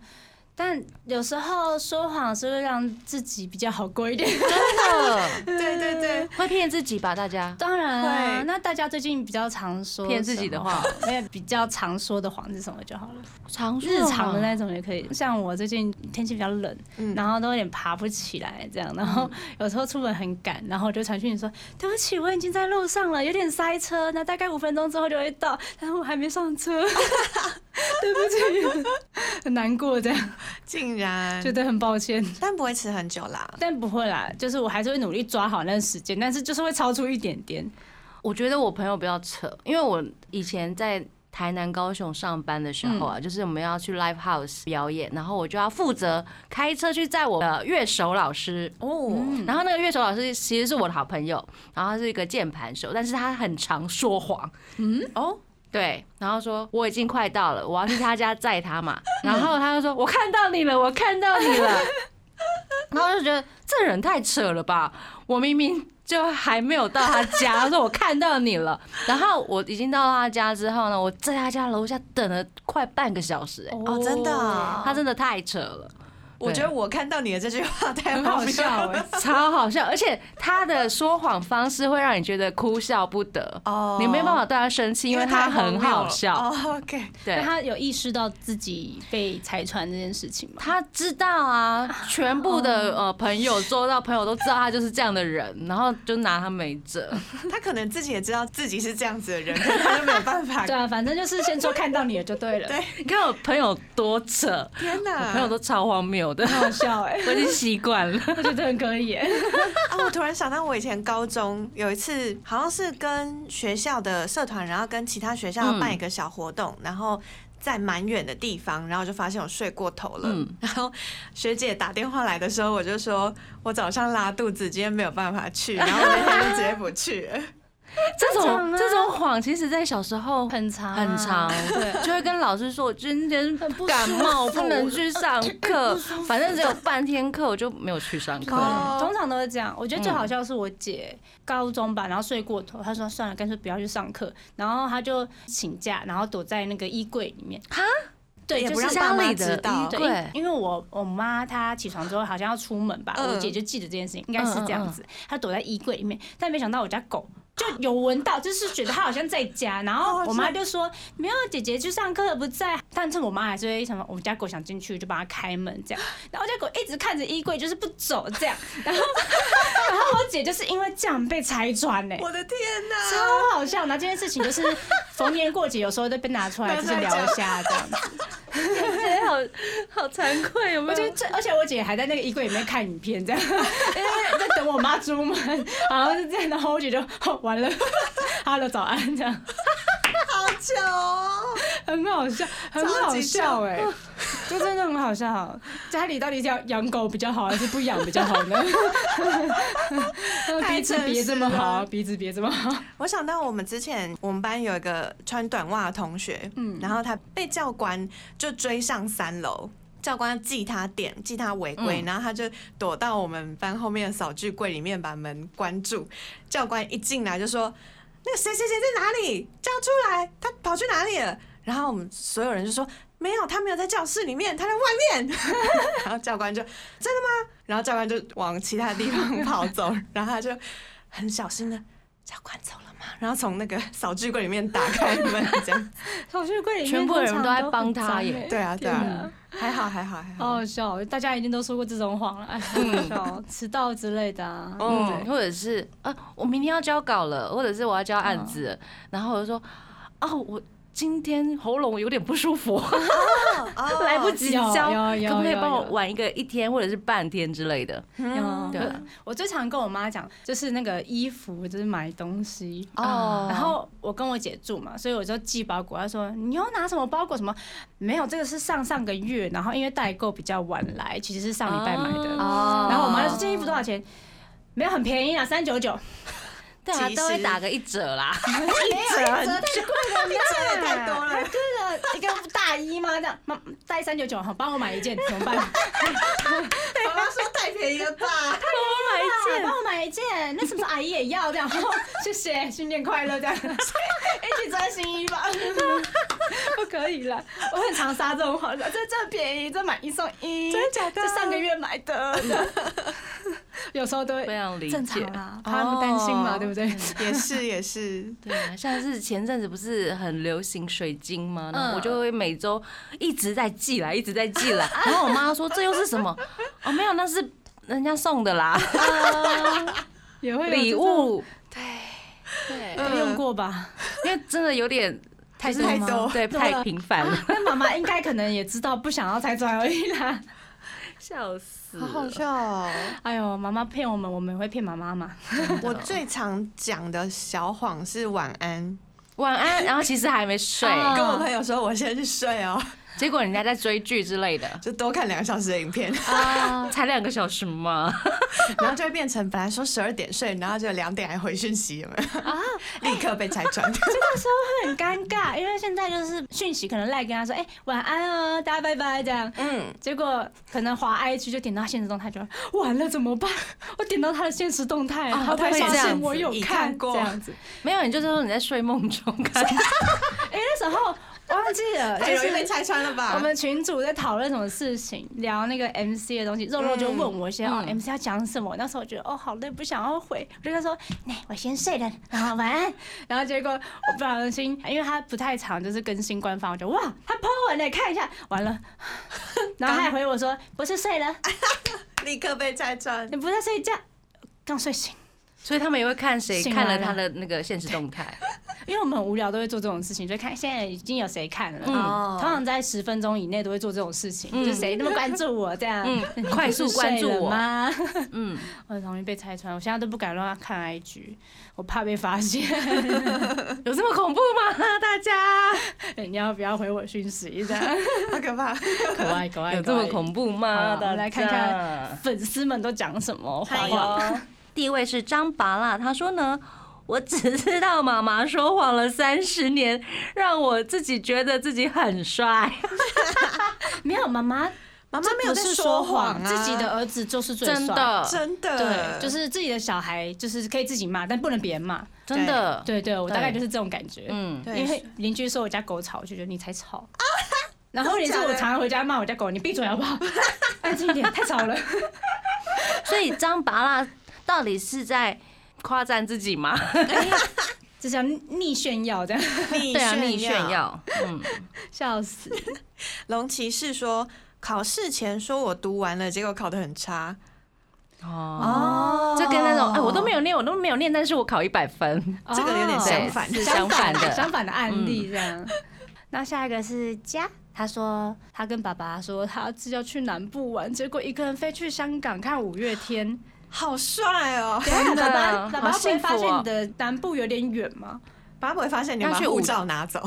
Speaker 3: 但有时候说谎是会让自己比较好过一点。
Speaker 2: 真的
Speaker 4: 对对对，
Speaker 2: 会骗自己吧？大家
Speaker 3: 当然啊，
Speaker 4: 会
Speaker 3: 那大家最近比较常说
Speaker 2: 骗自己的话
Speaker 3: 什么，没有比较常说的谎是什么就好了。
Speaker 2: 常
Speaker 3: 日常的那种也可以，像我最近天气比较冷，
Speaker 4: 嗯
Speaker 3: 然后都有点爬不起来这样，然后有时候出门很赶，然后我就传讯你说对不起，我已经在路上了，有点塞车，那大概五分钟之后就会到，但是我还没上车，对不起，很难过这样，
Speaker 4: 竟然
Speaker 3: 觉，得很抱歉。
Speaker 4: 但不会吃很久啦。
Speaker 3: 但不会啦，就是我还是会努力抓好那个时间，但是就是会超出一点点。
Speaker 2: 我觉得我朋友不要扯，因为我以前在台南、高雄上班的时候啊，就是我们要去 live house 表演，然后我就要负责开车去载我的乐手老师。
Speaker 4: 哦，
Speaker 2: 然后那个乐手老师其实是我的好朋友，然后他是一个键盘手，但是他很常说谎。
Speaker 4: 哦，
Speaker 2: 对，然后说我已经快到了，我要去他家载他嘛。然后他就说我看到你了，我看到你了。 然后我就觉得这人太扯了吧，我明明就还没有到他家，他说我看到你了。 然后我已经到他家之后呢，我在他家楼下等了快半个小时、哎，
Speaker 4: 哦真的啊
Speaker 2: 他真的太扯了。
Speaker 4: 我觉得我看到你的这句话太
Speaker 3: 很好笑哎、
Speaker 4: 了。
Speaker 2: 超好笑，而且他的说谎方式会让你觉得哭笑不得，
Speaker 4: 哦
Speaker 2: 你没办法对他生气，因为他
Speaker 4: 太荒
Speaker 2: 很
Speaker 4: 谬
Speaker 2: 好
Speaker 4: 了
Speaker 2: 笑。
Speaker 4: 哦，OK，
Speaker 2: 对
Speaker 3: 那，他有意识到自己被拆穿这件事情吗？
Speaker 2: 他知道啊，全部的呃朋友做到朋友都知道他就是这样的人，然后就拿他没辙。
Speaker 4: 他可能自己也知道自己是这样子的人，但他就没有办法
Speaker 3: 对。啊，反正就是先说看到你了就 对了，
Speaker 4: 对
Speaker 2: 你看我朋友多扯，
Speaker 4: 天
Speaker 2: 我
Speaker 4: 哪，
Speaker 2: 朋友都超荒谬的，
Speaker 3: 很好笑哎、
Speaker 2: 我已经习惯了。
Speaker 3: 我觉得很可以、欸。
Speaker 4: 啊，我突然想到，我以前高中有一次，好像是跟学校的社团，然后跟其他学校
Speaker 2: 嗯
Speaker 4: 办一个小活动，然后在蛮远的地方，然后就发现我睡过头了。
Speaker 2: 嗯
Speaker 4: 然后学姐打电话来的时候，我就说我早上拉肚子，今天没有办法去，然后我那天就直接不去了。
Speaker 2: 这
Speaker 3: 常
Speaker 2: 种
Speaker 3: 啊
Speaker 2: 这种谎，其实在小时候
Speaker 3: 很长啊
Speaker 2: 很长，就会跟老师说，我今天感冒不能去上 课，反正只有半天课，我就没有去上课 了。
Speaker 4: 哦
Speaker 3: 通常都是这样。我觉得最好笑是我姐高中吧，然后睡过头，她说算了，干脆不要去上课，然后她就请假，然后躲在那个衣柜里面。哈？对，
Speaker 4: 也
Speaker 3: 就
Speaker 4: 不
Speaker 3: 是
Speaker 4: 让
Speaker 3: 像
Speaker 4: 爸妈
Speaker 2: 家里
Speaker 4: 知
Speaker 2: 的
Speaker 4: 道
Speaker 2: 衣。
Speaker 3: 对，
Speaker 2: 对
Speaker 3: 因因为我我妈她起床之后好像要出门吧，
Speaker 4: 嗯
Speaker 3: 我姐就记得这件事情，应该是这样子。她躲在衣柜里面，但没想到我家狗就有闻到，就是觉得她好像在家。然后
Speaker 4: 哦
Speaker 3: 我妈就说：“没有，姐姐去上课不在。”但是我妈还是会想，我们家狗想进去就帮它开门这样。然后我家狗一直看着衣柜，就是不走这 样。然后然后我姐就是因为这样被拆穿呢、
Speaker 4: 我的天哪！
Speaker 3: 超好笑，然后这件事情就是逢年过节有时候都被 拿出来，就是聊一下这 样子。哎
Speaker 2: 好好惭愧，有没
Speaker 3: 我觉得这，而且我姐还在那个衣柜里面看影片，这 样，因为在等我妈出门，然后就这样，然后我姐就哦完了 ，Hello 早安，这样，
Speaker 4: 好久哦，
Speaker 3: 很好笑，很好笑哎、 就真的很好笑。家里到底是要养狗比较好，还是不养比较好 呢？
Speaker 4: 太
Speaker 3: 鼻子
Speaker 4: 真
Speaker 3: 别这么
Speaker 4: 实了
Speaker 3: 好，鼻子别这么好，
Speaker 4: 我想到我们之前我们班有一个穿短袜的同学，嗯，然后他被教官就追上三楼。教官记他点，记他违规，然后他就躲到我们班后面的扫具柜里面，把门关住。教官一进来就说：“那个谁谁谁在哪里？叫出来！他跑去哪里了？”然后我们所有人就说：“没有，他没有在教室里面，他在外面。” 然后教官就：“真的吗？”然后教官就往其他地方跑走， 然后他就很小心的教官走了吗？然后从那个扫具柜里面打开门，这样。
Speaker 3: 小雪柜里面
Speaker 2: 全部人
Speaker 3: 通常
Speaker 2: 都在
Speaker 3: 很
Speaker 2: 帮她
Speaker 3: 脏
Speaker 2: 耶
Speaker 3: 欸
Speaker 4: 对啊，对
Speaker 3: 天
Speaker 4: 啊
Speaker 3: 哪，
Speaker 4: 还好，还好，还好。
Speaker 3: 好好笑，大家一定都说过这种谎了， 好笑哦，迟到之类的啊，
Speaker 4: 哦
Speaker 2: 嗯，或者是啊，我明天要交稿了，或者是我要交
Speaker 3: 嗯
Speaker 2: 案子了，然后我就说，哦，我今天喉咙有点不舒服，
Speaker 4: 哦
Speaker 2: 来不及
Speaker 3: 有
Speaker 2: 交，
Speaker 3: 有有
Speaker 2: 可不可以
Speaker 3: 有
Speaker 2: 帮我
Speaker 3: 有
Speaker 2: 晚一个一天或者是半天之类的？
Speaker 3: 嗯
Speaker 2: 对
Speaker 3: 我我最常跟我妈讲，就是那个衣服，就是买东西。
Speaker 2: 哦
Speaker 3: 然后我跟我姐住嘛，所以我就寄包裹。她说你又拿什么包裹？什么没有？这个是上上个月，然后因为代购比较晚来，其实是上礼拜买的。
Speaker 2: 哦
Speaker 3: 然后我妈就说这衣服多少钱？没有很便宜啊，三九九。
Speaker 2: 对啊，
Speaker 4: 及
Speaker 2: 都会
Speaker 4: 时
Speaker 2: 打个一折啦。
Speaker 4: 折太贵了，太多了。
Speaker 3: 对了，一个大衣吗？这样妈带三九九，好，帮我买一件怎么办？
Speaker 4: 妈妈说太便宜了吧？
Speaker 3: 帮我买一件，帮我买一件。那什么时候阿姨也要这样？ 哦谢谢，新年快乐这样， 一起穿新衣吧。 不可以了，我很常撒这种谎，这这便宜，这买一送一，真的假的？这上个月买的，有时候都会
Speaker 2: 非常理解
Speaker 3: 正常啦，怕他们担心嘛，
Speaker 2: 哦
Speaker 3: 对不对？
Speaker 4: 也是，也是。
Speaker 2: 对啊，像是前阵子不是很流行水晶吗？然后我
Speaker 3: 嗯
Speaker 2: 就会每周一直在寄来，一直在寄 来。
Speaker 3: 啊
Speaker 2: 然后我妈说：“这又是什么？”哦，没有，那是人家送的啦，
Speaker 3: 也啊会有
Speaker 2: 礼
Speaker 3: 这种，
Speaker 2: 物。对对，
Speaker 3: 都用过吧？
Speaker 2: 因为真的有点太
Speaker 4: 多太多
Speaker 2: 对，
Speaker 3: 对啊
Speaker 2: 太频繁了，
Speaker 3: 那妈妈应该可能也知道，不想要拆穿而已啦。
Speaker 2: 笑死
Speaker 4: 好好笑哦！
Speaker 3: 哎呦，妈妈骗我们，我们也会骗妈妈嘛？
Speaker 4: 我最常讲的小谎是晚安，
Speaker 2: 晚安，然后其实还没 睡，
Speaker 3: 啊
Speaker 4: 跟我朋友说我先去睡哦，
Speaker 2: 结果人家在追剧之类的，
Speaker 4: 就多看两个小时的影片，
Speaker 3: 啊
Speaker 2: 才两个小时嘛。
Speaker 4: 然后就会变成本来说十二点睡，然后就两点还回讯息，有没有？ 立刻被拆穿。
Speaker 3: 那时候会很尴尬，因为现在就是讯息可能赖跟他说，哎、晚安哦，大家拜拜这样。
Speaker 4: 嗯，
Speaker 3: 结果可能滑 IG 就点到他现实动态，就
Speaker 2: 啊
Speaker 3: 完了怎么办？我点到他的现实动态，
Speaker 4: 嗯哦
Speaker 3: 然后
Speaker 2: 他
Speaker 3: 他
Speaker 2: 会
Speaker 3: 发
Speaker 2: 这样
Speaker 3: 现
Speaker 2: 子
Speaker 3: 我有
Speaker 4: 已看
Speaker 3: 看
Speaker 4: 过
Speaker 3: 这样哎子。
Speaker 2: 没有，你就说你在睡梦中 看，
Speaker 3: 哎、那时候忘记了，
Speaker 4: 太
Speaker 3: 就
Speaker 4: 哎容易被
Speaker 3: 是。
Speaker 4: 拆穿了
Speaker 2: 啊
Speaker 4: 吧？
Speaker 3: 我们群主在讨论什么事情，聊那个 MC 的东西，肉肉就
Speaker 2: 嗯
Speaker 3: 问我一些、哦，MC 要讲什么？那时候我觉得哦好累，不想要回，我就跟他说，那、我先睡了，然后晚安。然后结果我不小心， 因为他不太常就是更新官方，我就哇，他 po 文嘞，看一下，完了。 然后他还回我说，不是睡
Speaker 2: 啊
Speaker 3: 了，
Speaker 4: 立刻被拆穿。
Speaker 3: 你不在睡觉，刚睡醒。
Speaker 2: 所以他们也会看谁
Speaker 3: 醒
Speaker 2: 看了
Speaker 3: 来了
Speaker 2: 他的那个现实动态。
Speaker 3: 因为我们很无聊，都会做这种事情，就看现在已经有谁看了。
Speaker 2: 嗯
Speaker 3: 通常在十分钟以内都会做这种事情，就谁那么关注我这样，
Speaker 2: 嗯
Speaker 3: 你不是
Speaker 2: 快速关注我
Speaker 3: 睡了吗？
Speaker 2: 嗯，
Speaker 3: 我很容易被拆穿，我现在都不敢乱看 IG，我怕被发现。
Speaker 2: 有这么恐怖吗？ 大家
Speaker 3: 你要不要回我讯息？这样，
Speaker 4: 好可怕！
Speaker 3: 可爱可爱，
Speaker 2: 有这么
Speaker 3: 怖？
Speaker 2: 恐怖
Speaker 3: 好
Speaker 2: 吗？
Speaker 3: 我们来看
Speaker 2: 看。
Speaker 3: 粉丝们都讲什么话？
Speaker 2: 第一位是张拔啦，他说呢， 我只知道妈妈说谎了三十年，让我自己觉得自己很帅。
Speaker 3: 没有妈妈，
Speaker 4: 妈妈
Speaker 3: 这
Speaker 4: 没有
Speaker 3: 不
Speaker 4: 在
Speaker 3: 是
Speaker 4: 说
Speaker 3: 谎，
Speaker 4: 啊，
Speaker 3: 自己的儿子就是最
Speaker 2: 真
Speaker 3: 帅。
Speaker 2: 的，
Speaker 4: 真的
Speaker 3: 对，就是自己的小孩，就是可以自己骂，但不能别人骂。
Speaker 2: 真的，
Speaker 3: 对对，我
Speaker 2: 对
Speaker 3: 大概就是这种感觉。
Speaker 2: 嗯，
Speaker 4: 对
Speaker 3: 因为 邻居说我家狗吵，我就觉得你才吵。然后也是
Speaker 4: 真的假
Speaker 3: 我
Speaker 4: 的
Speaker 3: 常常回家骂我家狗，你闭嘴好不 好？安静一点，太吵了。
Speaker 2: 所以张拔蜡到底是在夸赞自己吗？
Speaker 3: 哎这叫逆炫耀，这样
Speaker 4: 逆
Speaker 2: 对啊，逆
Speaker 4: 炫
Speaker 2: 炫耀，嗯，
Speaker 3: 笑死。
Speaker 4: 龙骑士说，考试前说我读完了，结果考得很差。
Speaker 2: 哦，
Speaker 4: 哦
Speaker 2: 这跟那种哎，我都没有念，我都没有念，但是我考一百分，
Speaker 4: 这个有点
Speaker 3: 哦
Speaker 4: 相反
Speaker 2: 对是
Speaker 3: 相
Speaker 2: 相反
Speaker 3: 的，
Speaker 2: 的，
Speaker 3: 反的案例这样。那下一个是家，他说他跟爸爸说他是要去南部玩，结果一个人飞去香港看五月天。
Speaker 4: 好帅哦！
Speaker 2: 真
Speaker 3: 啊爸爸
Speaker 2: 的，
Speaker 3: 爸
Speaker 2: 好
Speaker 3: 爸不会
Speaker 2: 幸福
Speaker 3: 发现你
Speaker 2: 哦。
Speaker 3: 的南部有点远吗？
Speaker 4: 爸爸不会发现你
Speaker 2: 要
Speaker 4: 把
Speaker 2: 去
Speaker 4: 护
Speaker 2: 舞
Speaker 4: 照拿走，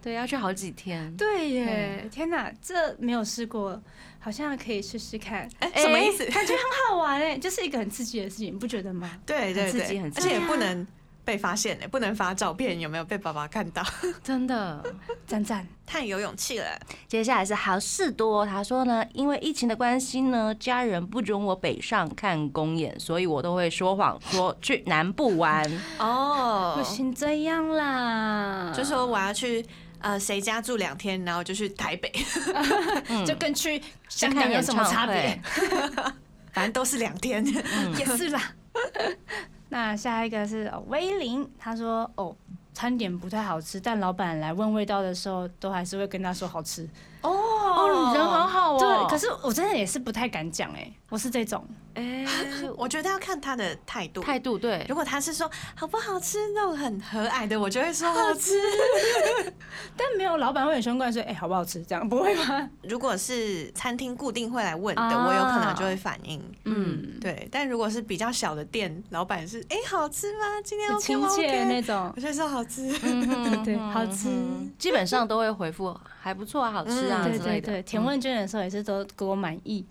Speaker 2: 对，要去好几天。
Speaker 3: 对耶，天哪，这没有试过，好像可以试试看，
Speaker 4: 哎，什么意思？
Speaker 3: 感觉很好玩哎，就是一个很刺激的事情，你不觉得吗？
Speaker 4: 对对
Speaker 2: 很刺激
Speaker 4: 对，
Speaker 2: 很
Speaker 4: 而
Speaker 2: 刺激
Speaker 4: 且也不能被发现哎，不能发照片，有没有被爸爸看到？
Speaker 2: 真的，
Speaker 3: 赞赞，
Speaker 4: 太有勇气了，
Speaker 2: 接下来是好事多，他说呢，因为疫情的关系呢，家人不准我北上看公演，所以我都会说谎说去南部玩。
Speaker 4: 哦
Speaker 3: 不行啊这样啦，
Speaker 4: 就说我要去呃谁家住两天，然后就去台北，
Speaker 3: 就跟去
Speaker 2: 去
Speaker 3: 香
Speaker 2: 看
Speaker 3: 港有
Speaker 2: 演
Speaker 3: 什
Speaker 2: 唱
Speaker 3: 么
Speaker 2: 会，
Speaker 3: 差别？
Speaker 4: 反正都是两天。
Speaker 3: 也是啦。那下一个是哦威林，他说哦，餐点不太好吃，但老板来问味道的时候，都还是会跟他说好吃。
Speaker 2: 哦，你人好好哦。
Speaker 3: 对，可是我真的也是不太敢讲哎、我是这种，
Speaker 2: 哎，
Speaker 4: 我觉得要看他的态度，
Speaker 2: 态度对
Speaker 4: 如，果他是说好不好吃那种很和蔼的，我就会说好吃。
Speaker 3: 但没有老板会很凶怪说哎、好不好吃这样，不会吗？
Speaker 4: 如果是餐厅固定会来问的，
Speaker 3: 啊
Speaker 4: 我有可能就会反应。
Speaker 3: 嗯，
Speaker 4: 对，但如果是比较小的店，老板是哎、好吃吗？今天
Speaker 3: 很
Speaker 4: OK
Speaker 3: 亲
Speaker 4: 吗
Speaker 3: 切的那
Speaker 4: ？OK，
Speaker 3: 种
Speaker 4: 我。就会说好吃。
Speaker 2: 对
Speaker 3: 对好吃
Speaker 2: 基本上都会回复还不错啊，好吃啊
Speaker 4: 嗯
Speaker 3: 对
Speaker 2: 之
Speaker 3: 对
Speaker 2: 类的。嗯
Speaker 3: 对，填问卷的时候也是都给我满意，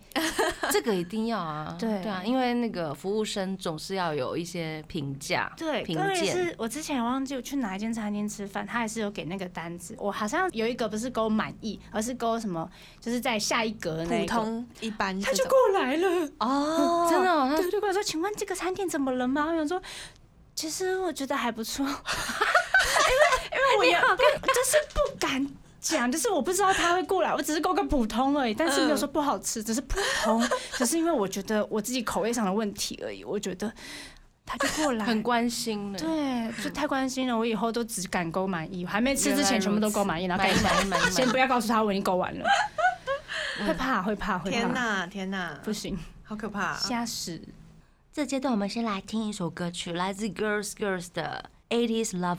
Speaker 2: 这个一定要 啊，
Speaker 3: 对
Speaker 2: 啊，因为那个服务生总是要有一些评价，
Speaker 3: 对，
Speaker 2: 评
Speaker 3: 关键
Speaker 2: 鉴
Speaker 3: 是我之前忘记我去哪一间餐厅吃饭，他也是有给那个单子。我好像有一个不是勾满意，而是勾什么，就是在下一格的那一
Speaker 4: 普
Speaker 3: 个。
Speaker 4: 通一般这
Speaker 3: 他就
Speaker 4: 种，
Speaker 3: 过来了，嗯
Speaker 4: 哦
Speaker 2: 真的哦，他
Speaker 3: 对，就跟我说：“请问这个餐厅怎么了吗？”我想说，其实我觉得还不错，因为 因为我也不就是不敢讲，就是我不知道他会过来，我只是勾个普通而已，但
Speaker 4: 嗯
Speaker 3: 是没有说不好吃，只是普通，只是因为我觉得我自己口味上的问题而已。我觉得他就过来，
Speaker 2: 很关心的，
Speaker 3: 对，就太关心了。我以后都只敢勾满意，我还没吃之前全部都勾满意，然后
Speaker 2: 买
Speaker 3: 改
Speaker 2: 一
Speaker 3: 一下，
Speaker 2: 买一买一
Speaker 3: 先
Speaker 2: 买
Speaker 3: 不。要告诉他我已经勾完 了，会怕会怕会
Speaker 4: 天
Speaker 3: 怕，
Speaker 4: 哪，天哪，
Speaker 3: 不行，
Speaker 4: 好可怕、
Speaker 3: 瞎使。
Speaker 5: 这阶段我们先来听一首歌曲，来自 Girls Girls 的《80s Lover》。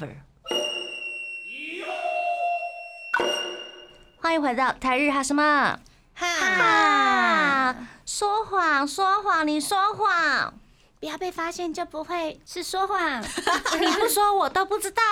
Speaker 5: 欢迎回到台日哈什么
Speaker 4: 哈，
Speaker 5: 啊？说谎，说谎，你说谎，
Speaker 1: 不要被发现就不会是说 谎。
Speaker 5: 你不说我都不知道。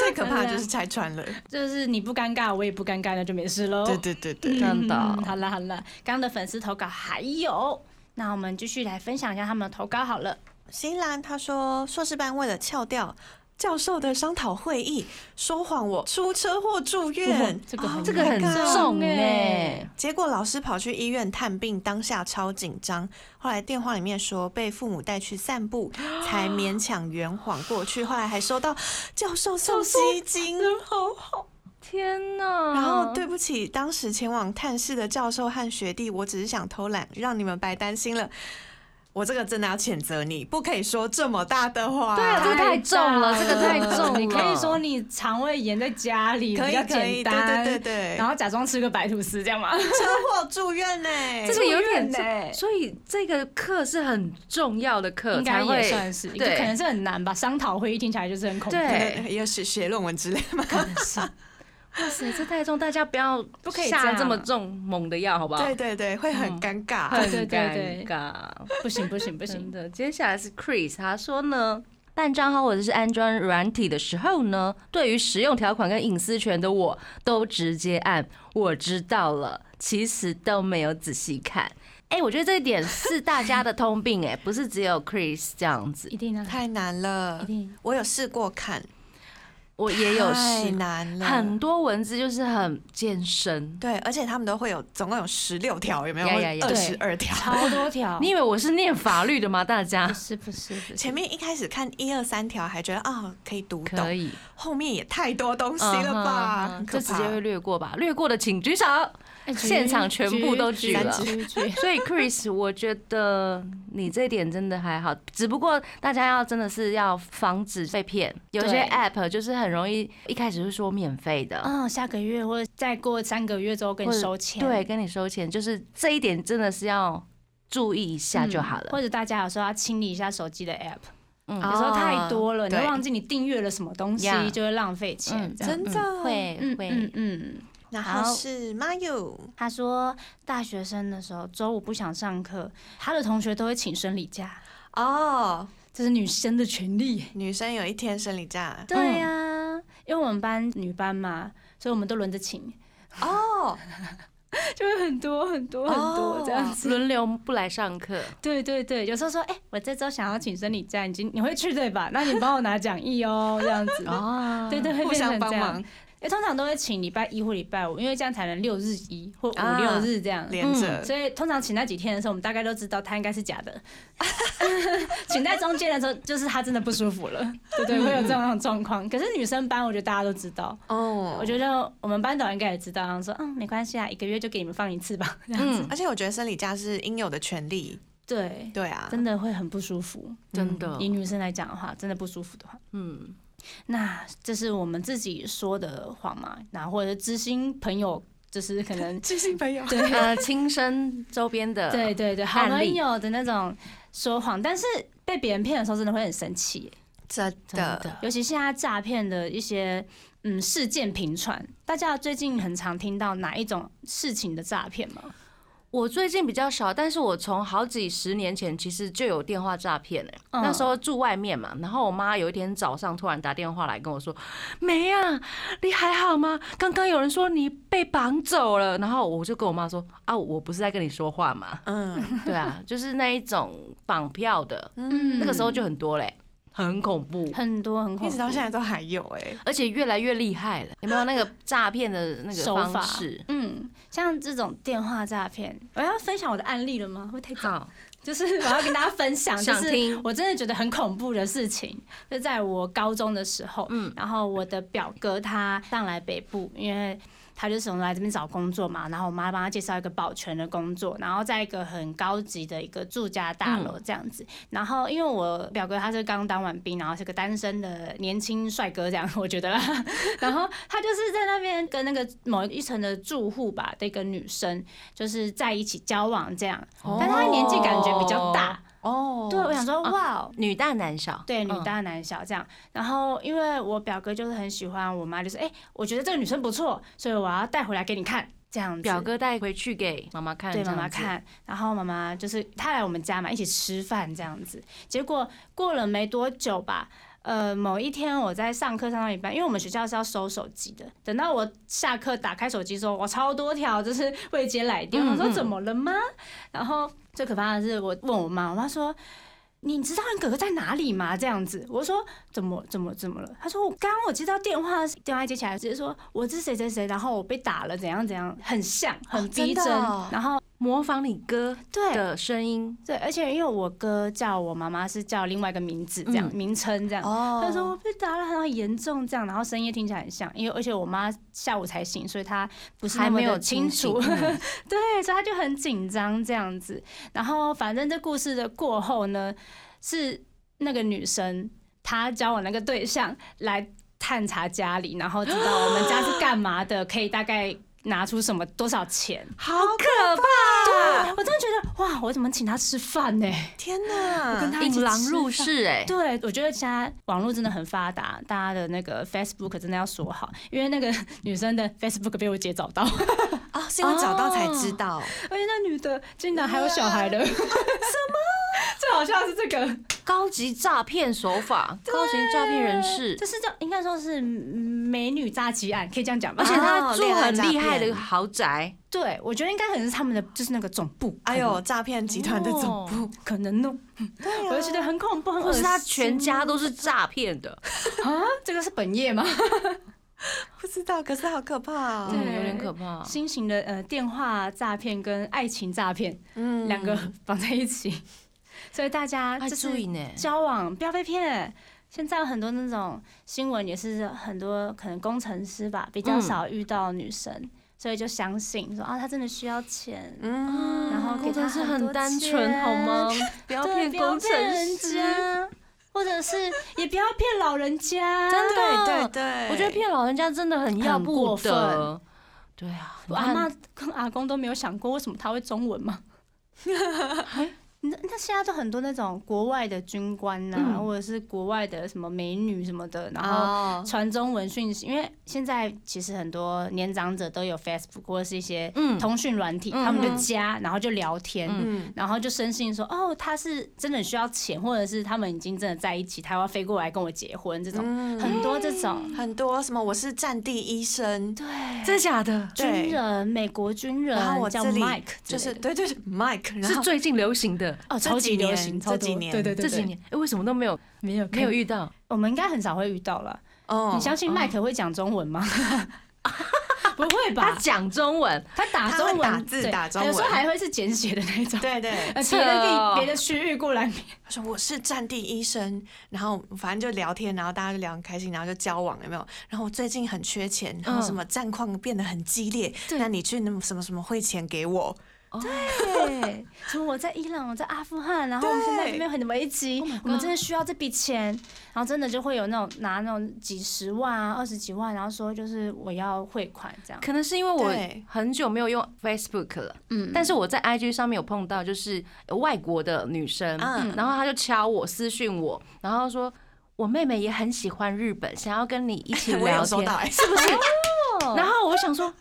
Speaker 4: 最可怕的就是拆 穿了。
Speaker 3: 就是你不尴尬，我也不尴尬，那就没事喽。
Speaker 4: 对对对对，
Speaker 2: 真的
Speaker 3: 嗯好了好了，刚刚的粉丝投稿还有，那我们继续来分享一下他们的投稿好了。
Speaker 4: 新兰他说，硕士班为了翘掉。教授的商讨会议说谎，我出车祸住院
Speaker 3: 哇，这个很
Speaker 2: 这个很
Speaker 4: Oh my god
Speaker 2: 重哎、
Speaker 4: 结果老师跑去医院探病，当下超紧张。后来电话里面说被父母带去散步，才勉强圆谎过去。后来还收到教授送吸精，
Speaker 2: 天哪！
Speaker 4: 然后对不起，当时前往探视的教授和学弟，我只是想偷懒，让你们白担心了。我这个真的要谴责你，不可以说这么大的话。
Speaker 2: 对啊这个太重了
Speaker 3: 大
Speaker 2: 这个太重了
Speaker 3: 你可以说你肠胃炎在家里
Speaker 4: 可
Speaker 3: 比
Speaker 4: 以
Speaker 3: 较
Speaker 4: 可以，
Speaker 3: 简
Speaker 4: 对
Speaker 3: 单，
Speaker 4: 对对对，
Speaker 3: 然后假装吃个白吐司这样吗？
Speaker 4: 车祸住院呢、
Speaker 2: 这个有点
Speaker 3: 住院欸
Speaker 2: 重，所以这个课是很重要的课，
Speaker 3: 应该
Speaker 2: 才会
Speaker 3: 也算是，就
Speaker 2: 对
Speaker 3: 可能是很难吧。商讨会议听起来就是很恐怖，
Speaker 2: 对
Speaker 4: 对， 也写写论文之类吗？
Speaker 3: 可能 是
Speaker 2: 哇塞，这太重，大家不要不
Speaker 3: 可以这
Speaker 2: 下
Speaker 3: 样
Speaker 2: 这么重猛的药，好不好？
Speaker 4: 对对对，会很尴尬。
Speaker 2: 很
Speaker 3: 对对对
Speaker 2: 尴尬，
Speaker 3: 不行不行不
Speaker 2: 真
Speaker 3: 行，
Speaker 2: 的。接下来是 Chris，他说呢，
Speaker 5: 办账号或者是安装软体的时候呢，
Speaker 2: 对于使用条款跟隐私权的我，都直接按我知道了，其实都没有仔细看。哎、我觉得这一点是大家的通病、哎，不是只有 Chris 这样子
Speaker 3: 一，定的，
Speaker 4: 太难
Speaker 3: 一
Speaker 4: 了。
Speaker 3: 定
Speaker 4: 我有试过看，
Speaker 2: 我也有
Speaker 4: 太
Speaker 2: 试过。
Speaker 4: 难了，
Speaker 2: 很多文字就是很健身，
Speaker 4: 对，而且他们都会有总共有十六条，有没有？
Speaker 2: 呀呀呀
Speaker 4: 二十二条。
Speaker 3: 超多条。
Speaker 2: 你以为我是念法律的吗？大家
Speaker 3: 不是不是不是，
Speaker 4: 前面一开始看一二三条还觉得啊、可以读
Speaker 2: 可
Speaker 4: 懂，
Speaker 2: 以，
Speaker 4: 后面也太多东西了吧，
Speaker 2: 嗯哼嗯哼
Speaker 4: 很可
Speaker 2: 就直接
Speaker 4: 怕
Speaker 2: 会。略过吧。略过的请举手。
Speaker 3: 哎举
Speaker 2: 现场全部都举
Speaker 4: 了
Speaker 3: 举 举
Speaker 2: 所以 Chris，我觉得你这点真的还好，只不过大家要真的是要防止被骗，有些
Speaker 3: 对
Speaker 2: App 就是很容易一开始就说免费的，
Speaker 3: 嗯，下个月或者再过三个月之后给
Speaker 2: 或
Speaker 3: 你
Speaker 2: 者
Speaker 3: 收钱，
Speaker 2: 对，跟你收钱，就是这一点真的是要注意一下就好
Speaker 3: 嗯或
Speaker 2: 了。
Speaker 3: 者大家有时候要清理一下手机的 app，、
Speaker 2: 嗯
Speaker 4: 哦
Speaker 3: 有时候太多了，你会
Speaker 4: 对
Speaker 3: 忘记你订阅了什么东西
Speaker 2: Yeah
Speaker 3: 就会浪费钱
Speaker 2: 嗯。
Speaker 3: 这样
Speaker 4: 真的
Speaker 2: 会
Speaker 3: 嗯嗯
Speaker 2: 会，
Speaker 3: 嗯。
Speaker 4: 然后
Speaker 3: 好
Speaker 4: 是 Mayu，
Speaker 3: 他说，大学生的时候周五不想上课，他的同学都会请生理假，
Speaker 4: 哦，
Speaker 3: 这是女生的权利。
Speaker 4: 女生有一天生理假，
Speaker 3: 对
Speaker 1: 啊
Speaker 3: 呀、
Speaker 5: 嗯
Speaker 3: 因为我们班女班嘛，所以我们都轮着请，
Speaker 4: 哦，
Speaker 3: 就会很多很多很多这样子。
Speaker 2: 轮流不来上课，
Speaker 3: 对对对，有时候说，哎、我这周想要请生理假，你今你会去对吧？那你帮我拿奖励 哦，这样子。
Speaker 2: 哦
Speaker 3: 对对，会
Speaker 4: 互
Speaker 3: 变
Speaker 4: 相
Speaker 3: 成
Speaker 4: 帮
Speaker 3: 这样
Speaker 4: 忙。
Speaker 3: 哎、通常都会请礼拜一或礼拜五，因为这样才能六日一或五
Speaker 4: 啊
Speaker 3: 六日这样。嗯
Speaker 4: 连着，
Speaker 3: 所以通常请那几天的时候，我们大概都知道他应该是假的。 请在中间的时候，就是他真的不舒服了，对对，会有这种状况。可是女生班，我觉得大家都知道，
Speaker 4: 哦
Speaker 3: 我觉得我们班导应该也知道，然后说嗯没关系啊，一个月就给你们放一次吧，这样子。
Speaker 2: 嗯，
Speaker 4: 而且我觉得生理假是应有的权利，
Speaker 3: 对，
Speaker 4: 对啊，
Speaker 3: 真的会很不舒服。
Speaker 2: 真的，
Speaker 3: 以女生来讲的话，真的不舒服的话，
Speaker 2: 嗯，
Speaker 3: 那这是我们自己说的谎嘛，然后或者是知心朋友，就是可能
Speaker 4: 知心朋友
Speaker 3: 对
Speaker 2: 呃，亲身周边的，
Speaker 3: 对对对，好
Speaker 2: 案
Speaker 3: 朋
Speaker 2: 例
Speaker 3: 友的那种说谎，但是被别人骗的时候，真的会很生气耶，
Speaker 4: 真
Speaker 2: 真
Speaker 4: 的，。
Speaker 2: 的，
Speaker 3: 尤其现在诈骗的一些嗯事件频传，大家最近很常听到哪一种事情的诈骗吗？
Speaker 2: 我最近比较少，但是我从好几十年前其实就有电话诈骗了。
Speaker 3: 嗯
Speaker 2: 那时候住外面嘛，然后我妈有一天早上突然打电话来跟我说：“梅啊，你还好吗？刚刚有人说你被绑走了。”然后我就跟我妈说：“啊，我不是在跟你说话嘛
Speaker 4: 嗯，”
Speaker 2: 对啊，就是那一种绑票的，
Speaker 3: 嗯
Speaker 2: 那个时候就很多嘞，很恐怖，
Speaker 3: 很多很恐怖，
Speaker 4: 一直到现在都还有哎，
Speaker 2: 而且越来越厉害了。有没有那个诈骗的那个
Speaker 3: 手法
Speaker 2: 方式？
Speaker 3: 嗯，像这种电话诈骗，我要分享我的案例了吗？会太早，
Speaker 2: 好，
Speaker 3: 就是我要跟大家分享，就
Speaker 2: 想
Speaker 3: 是
Speaker 2: 听
Speaker 3: 我真的觉得很恐怖的事情，就在我高中的时候，
Speaker 2: 嗯
Speaker 3: 然后我的表哥他上来北部，因为他就是从来这边找工作嘛，然后我妈帮他介绍一个保全的工作，然后在一个很高级的一个住家大楼这样子，然后因为我表哥他是刚当完兵，然后是个单身的年轻帅哥这样， 我觉得啦，然后他就是在那边跟那个某一层的住户吧的一个女生，就是在一起交往这样，
Speaker 2: 哦
Speaker 3: 但他年纪感觉比较大。
Speaker 4: 哦
Speaker 3: 对，我想说，哇哦，
Speaker 2: 女大男小，
Speaker 3: 对，女
Speaker 2: 嗯
Speaker 3: 大男小这样。然后因为我表哥就是很喜欢我妈，就是哎、我觉得这个女生不错，所以我要带回来给你看，这样子。
Speaker 2: 表哥带回去给妈妈看，
Speaker 3: 对
Speaker 2: 这
Speaker 3: 妈
Speaker 2: 样
Speaker 3: 妈
Speaker 2: 子，
Speaker 3: 看，然后妈妈就是她来我们家嘛，一起吃饭这样子。结果过了没多久吧，呃，某一天我在上课上到一半，因为我们学校是要收手机的，等到我下课打开手机的时候，我超多条就是未接来电，
Speaker 2: 嗯
Speaker 3: 我说
Speaker 2: 嗯
Speaker 3: 怎么了吗？然后最可怕的是，我问我妈，我妈说。你知道你哥哥在哪里吗？这样子，我说怎么怎么怎么了？他说我刚刚我接到电话，电话接起来直接说我是谁谁谁，然后我被打了，怎样怎样，很像，很逼
Speaker 4: 真的
Speaker 3: 真。
Speaker 4: 哦
Speaker 3: 然后
Speaker 2: 模仿你哥
Speaker 3: 对
Speaker 2: 的声音，
Speaker 3: 对，而且因为我哥叫我妈妈是叫另外一个名字，这样、
Speaker 2: 嗯
Speaker 3: 名称这样。
Speaker 4: 哦
Speaker 3: 他说我被打了，很严重这样，然后声音也听起来很像，因为而且我妈下午才醒，所以她不是那
Speaker 2: 还
Speaker 3: 么
Speaker 2: 没有
Speaker 3: 的清楚，
Speaker 2: 清醒嗯
Speaker 3: 对，所以她就很紧张这样子。然后反正这故事的过后呢，是那个女生她交往那个对象来探查家里，然后知道我们家是干嘛的，可以大概拿出什么多少钱。
Speaker 2: 好可啊怕！
Speaker 3: 啊我真的觉得哇，我怎么请她吃饭呢、
Speaker 4: 天哪，
Speaker 2: 嗯
Speaker 3: 我跟他一起
Speaker 2: 引狼
Speaker 3: 吃
Speaker 2: 入
Speaker 3: 饭
Speaker 2: 室哎、
Speaker 3: 对，我觉得现在网络真的很发达，大家的那个 Facebook 真的要锁好，因为那个 女生的 Facebook 被我姐找到，而
Speaker 4: 啊，是因为找到才知道，
Speaker 3: 且那女的竟然还有小孩 的，什么？最好笑的是这 个，
Speaker 2: 高级诈骗手法，高级诈骗人士，
Speaker 3: 就是这应该说是嗯美女诈欺案，可以这样讲吧
Speaker 2: 而？且他住很厉害
Speaker 4: 哦恋爱诈
Speaker 2: 的
Speaker 4: 骗
Speaker 2: 豪宅，
Speaker 3: 啊对，我觉得应该可能是他们的就是那个总部，
Speaker 4: 哎呦，诈骗集团的总部，
Speaker 2: 部，
Speaker 3: 可能哦，
Speaker 4: 对啊
Speaker 3: 我就觉得很恐怖，很
Speaker 2: 或
Speaker 3: 恶
Speaker 2: 是
Speaker 3: 心。
Speaker 2: 他全家都是诈骗的，
Speaker 3: 啊，这个是本业吗？
Speaker 4: 不知道，可是好可怕哦。
Speaker 2: 嗯，
Speaker 3: 对
Speaker 2: 有点可怕。
Speaker 3: 新型的呃电话诈骗跟爱情诈骗
Speaker 4: 嗯
Speaker 3: 两个绑在一起，所以大家
Speaker 2: 要
Speaker 3: 就是
Speaker 2: 哎注意呢，
Speaker 3: 交往不要被骗。现在有很多那种新闻也是很多可能工程师吧，比较
Speaker 2: 嗯
Speaker 3: 少遇到女生，所以就相信说啊，她真的需要钱，
Speaker 4: 嗯，
Speaker 3: 然后
Speaker 2: 工
Speaker 3: 给她
Speaker 2: 程师
Speaker 3: 很
Speaker 2: 很
Speaker 3: 多
Speaker 2: 单
Speaker 3: 钱
Speaker 2: 纯好吗？不要
Speaker 3: 对，
Speaker 2: 骗
Speaker 3: 不要
Speaker 2: 工
Speaker 3: 骗
Speaker 2: 程
Speaker 3: 人
Speaker 2: 师，
Speaker 3: 家，或者是也不要骗老人家，
Speaker 2: 真的，
Speaker 4: 对对，
Speaker 2: 我觉得骗老人家真的很要
Speaker 3: 很
Speaker 2: 不得
Speaker 3: 过分。
Speaker 2: 对啊，你
Speaker 3: 我阿
Speaker 2: 看
Speaker 3: 妈跟阿公都没有想过为什么他会中 文吗？那那现在都很多那种国外的军官呐、啊
Speaker 2: 嗯
Speaker 3: 或者是国外的什么美女什么的，然后
Speaker 4: 哦，
Speaker 3: 传中文讯息，因为现在其实很多年长者都有 Facebook 或者是一些
Speaker 2: 嗯
Speaker 3: 通讯软体，
Speaker 2: 嗯
Speaker 3: 他们就加，然后就聊天。
Speaker 2: 嗯
Speaker 4: 嗯，
Speaker 3: 然后就深信说，哦，他是真的需要钱，或者是他们已经真的在一起，他要飞过来跟我结婚，这种、
Speaker 4: 嗯，
Speaker 3: 很多这种
Speaker 4: 很多什么，我是战地医生，
Speaker 2: 真假的？
Speaker 4: 对
Speaker 3: 军人，美国军人
Speaker 4: 然后我
Speaker 3: 叫
Speaker 4: 这里
Speaker 3: Mike，之
Speaker 4: 就
Speaker 3: 类
Speaker 4: 是
Speaker 3: 的
Speaker 4: 对对对，Mike，然
Speaker 2: 是
Speaker 4: 后
Speaker 2: 最近流行的
Speaker 3: 哦，
Speaker 4: 这
Speaker 3: 超
Speaker 4: 几
Speaker 3: 级流
Speaker 4: 年
Speaker 3: 行，
Speaker 4: 这
Speaker 3: 超
Speaker 4: 几
Speaker 3: 多
Speaker 4: 年
Speaker 3: 对对对，
Speaker 2: 这几
Speaker 3: 对，
Speaker 2: 年，哎，为什么都没有
Speaker 3: 没有
Speaker 2: 没有，遇到？
Speaker 3: 我们应该很少会遇到了。
Speaker 4: 哦
Speaker 3: 你相信 Mike 会讲中文 吗？不会
Speaker 2: 他
Speaker 3: 吧？
Speaker 2: 讲中文，
Speaker 3: 他打中文，
Speaker 4: 他会打字
Speaker 3: 对
Speaker 4: 打中文
Speaker 3: 有时候还会是简写的那一 种。
Speaker 4: 对对，
Speaker 3: 呃，别的
Speaker 2: 扯哦
Speaker 3: 地、别的区域过来，
Speaker 4: 他说我是战地医生，然后反正就聊天，然后大家就聊很开心，然后就交往，有没有？然后我最近很缺钱，然
Speaker 2: 嗯
Speaker 4: 后什么战况变得很激烈，那你去那么什么什么汇钱给我，
Speaker 3: 对，说我在伊朗，我在阿富汗，然后我们现在
Speaker 4: 对
Speaker 3: 这边很危机，我们真的需要这笔钱，然后真的就会有那种拿那种几十万啊、二十几万，然后说就是我要汇款这样，
Speaker 2: 可能是因为
Speaker 4: 对
Speaker 2: 我很久没有用 Facebook 了，
Speaker 3: 嗯
Speaker 2: 但是我在 IG 上面有碰到就是外国的女生，
Speaker 4: 嗯
Speaker 2: 然后她就敲我私讯我，然后说我妹妹也很喜欢日本，想要跟你一起
Speaker 4: 我
Speaker 2: 聊
Speaker 4: 有收
Speaker 2: 天
Speaker 4: 到、，哎，
Speaker 2: 是不是？然后我想说，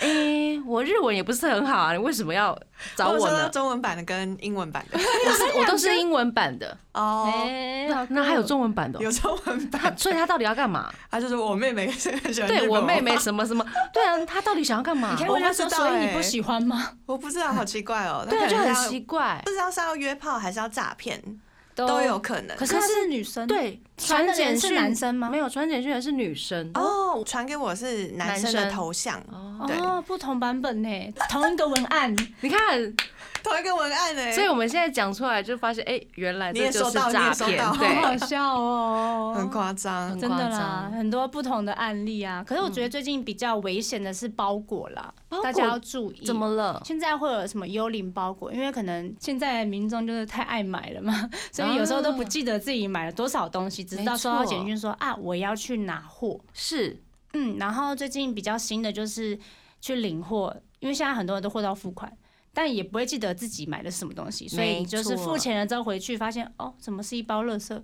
Speaker 2: 诶，我日文也不是很好啊，你为什么要 找
Speaker 4: 有
Speaker 2: 我
Speaker 4: 收到
Speaker 2: 呢？
Speaker 4: 中文版的跟英 文版的
Speaker 2: 我是我都是英文版的，
Speaker 4: 哦，
Speaker 3: 哎
Speaker 2: 那那还有中文版的哦、
Speaker 4: 有中文 版，
Speaker 2: 所以她到底要干嘛？
Speaker 4: 他就是我妹 妹是很喜欢哦
Speaker 2: 对
Speaker 4: 日本
Speaker 2: 我
Speaker 4: 文化
Speaker 2: 妹 妹，什么什么？对啊，她到底想要干嘛
Speaker 3: 你？可以
Speaker 4: 我
Speaker 3: 问他
Speaker 4: 不知
Speaker 3: 说，
Speaker 4: 道
Speaker 3: 所以你
Speaker 4: 欸
Speaker 3: 不喜欢吗？
Speaker 4: 我不知道，好奇怪哦，
Speaker 2: 对啊，
Speaker 4: 她可
Speaker 2: 就
Speaker 4: 能
Speaker 2: 很
Speaker 4: 要
Speaker 2: 奇怪
Speaker 4: 不。知道是要约炮还是要诈骗，
Speaker 3: 都
Speaker 4: 都有可能。
Speaker 3: 可是她是女
Speaker 4: 嗯
Speaker 3: 生，，
Speaker 2: 对，传
Speaker 3: 传的人
Speaker 2: 简
Speaker 3: 是
Speaker 2: 讯
Speaker 3: 男生吗
Speaker 2: 没有，传简讯的是女生。
Speaker 4: 哦，传给我是男生的
Speaker 2: 男生
Speaker 4: 头像，
Speaker 2: 哦，
Speaker 4: 对
Speaker 3: 哦，不同版本呢，同一个文案，
Speaker 2: 你看，
Speaker 4: 同一个文案欸呢，
Speaker 2: 所以我们现在讲出来就发现，哎，原来
Speaker 4: 哎你也
Speaker 2: 这就是
Speaker 4: 收到
Speaker 2: 诈
Speaker 4: 你也
Speaker 2: 骗
Speaker 4: 收到，
Speaker 3: 好好
Speaker 2: 对，
Speaker 3: 笑哦，
Speaker 4: 很夸张
Speaker 2: 很。
Speaker 3: 真
Speaker 2: 夸
Speaker 3: 的啦
Speaker 2: 张，嗯
Speaker 3: 很多不同的案例啊。可是我觉得最近比较危险的是包裹啦，
Speaker 2: 包
Speaker 3: 大
Speaker 2: 裹
Speaker 3: 家要注意。
Speaker 2: 怎么了？
Speaker 3: 现在会有什么幽灵包裹？因为可能现在民众就是太爱买了嘛， 所以有时候都不记得自己买了多少东西，只知道收到
Speaker 2: 没错
Speaker 3: 简讯说啊我要去拿货。
Speaker 2: 是
Speaker 3: 嗯，然后最近比较新的就是去领货，因为现在很多人都货到付款。但也不会记得自己买的是什么东西，所以
Speaker 2: 没
Speaker 3: 你就
Speaker 2: 错
Speaker 3: 是付钱了之后回去发现，哦，怎么是一包垃圾的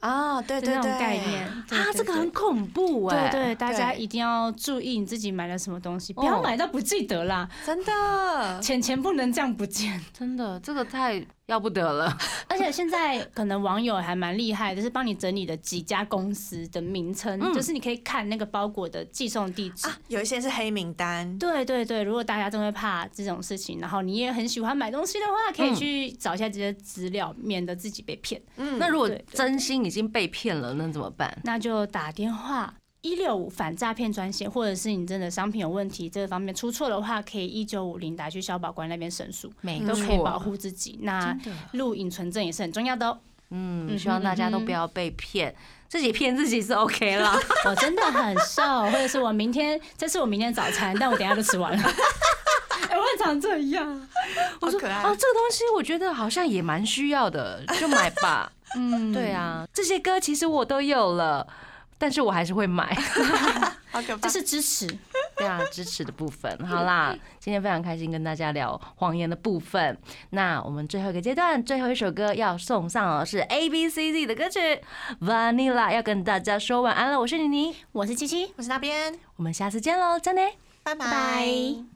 Speaker 4: 啊，对对
Speaker 3: 那种
Speaker 4: 对，
Speaker 3: 概念对
Speaker 2: 啊，
Speaker 3: 对
Speaker 2: 这个
Speaker 3: 对
Speaker 2: 很恐怖哎。
Speaker 3: 对对，大家
Speaker 4: 对
Speaker 3: 一定要注意你自己买了什么东西，不
Speaker 2: 哦
Speaker 3: 要买到不记得啦，
Speaker 4: 真 的，啊
Speaker 3: 钱钱不能这样不见。
Speaker 2: 真的，这个太要不得了。
Speaker 3: 而且现在可能网友还蛮厉害的，就是帮你整理的几家公司的名称，
Speaker 2: 嗯
Speaker 3: 就是你可以看那个包裹的寄送地址。
Speaker 4: 啊，有一些是黑名单，
Speaker 3: 对对对，如果大家真的怕这种事情，然后你也很喜欢买东西的话，可以去找一下这些资料，免得自己被骗。
Speaker 4: 嗯，
Speaker 2: 那如果
Speaker 3: 对对
Speaker 2: 真心已经被骗了，那怎么办？
Speaker 3: 那就打电话一六五反诈骗专线，或者是你真的商品有问题这个方面出错的话，可以一九五零打去消保官那边申诉，
Speaker 2: 没
Speaker 3: 都可以
Speaker 2: 错
Speaker 3: 保护自己。那
Speaker 2: 嗯真的。
Speaker 3: 录影存证也是很重要的哦。
Speaker 2: 嗯，
Speaker 3: 嗯
Speaker 2: 希望大家都
Speaker 3: 嗯
Speaker 2: 不要被骗，自己骗自己是 OK 啦。
Speaker 3: 我真的很瘦，或者是我明天，这是我明天的早餐，但我等一下就吃完了。 哎、我很常这样，
Speaker 4: 好
Speaker 2: 我说
Speaker 4: 可爱
Speaker 2: 哦，这个东西我觉得好像也蛮需要的，就买吧。
Speaker 3: 嗯，
Speaker 2: 对，啊，这些歌其实我都有了，但是我还是会买。
Speaker 4: 好可
Speaker 3: 这，
Speaker 4: 怕
Speaker 3: 是支持。
Speaker 2: 对啊，支持的部分。好啦，今天非常开心跟大家聊谎言的部分。那我们最后一个阶段，最后一首歌要送上的是 A B C Z 的歌曲《Vanilla》，要跟大家说晚安了。我是妮妮，
Speaker 3: 我是七七，
Speaker 4: 我是那边，
Speaker 2: 我们下次见喽，真的。
Speaker 4: 拜
Speaker 3: 拜。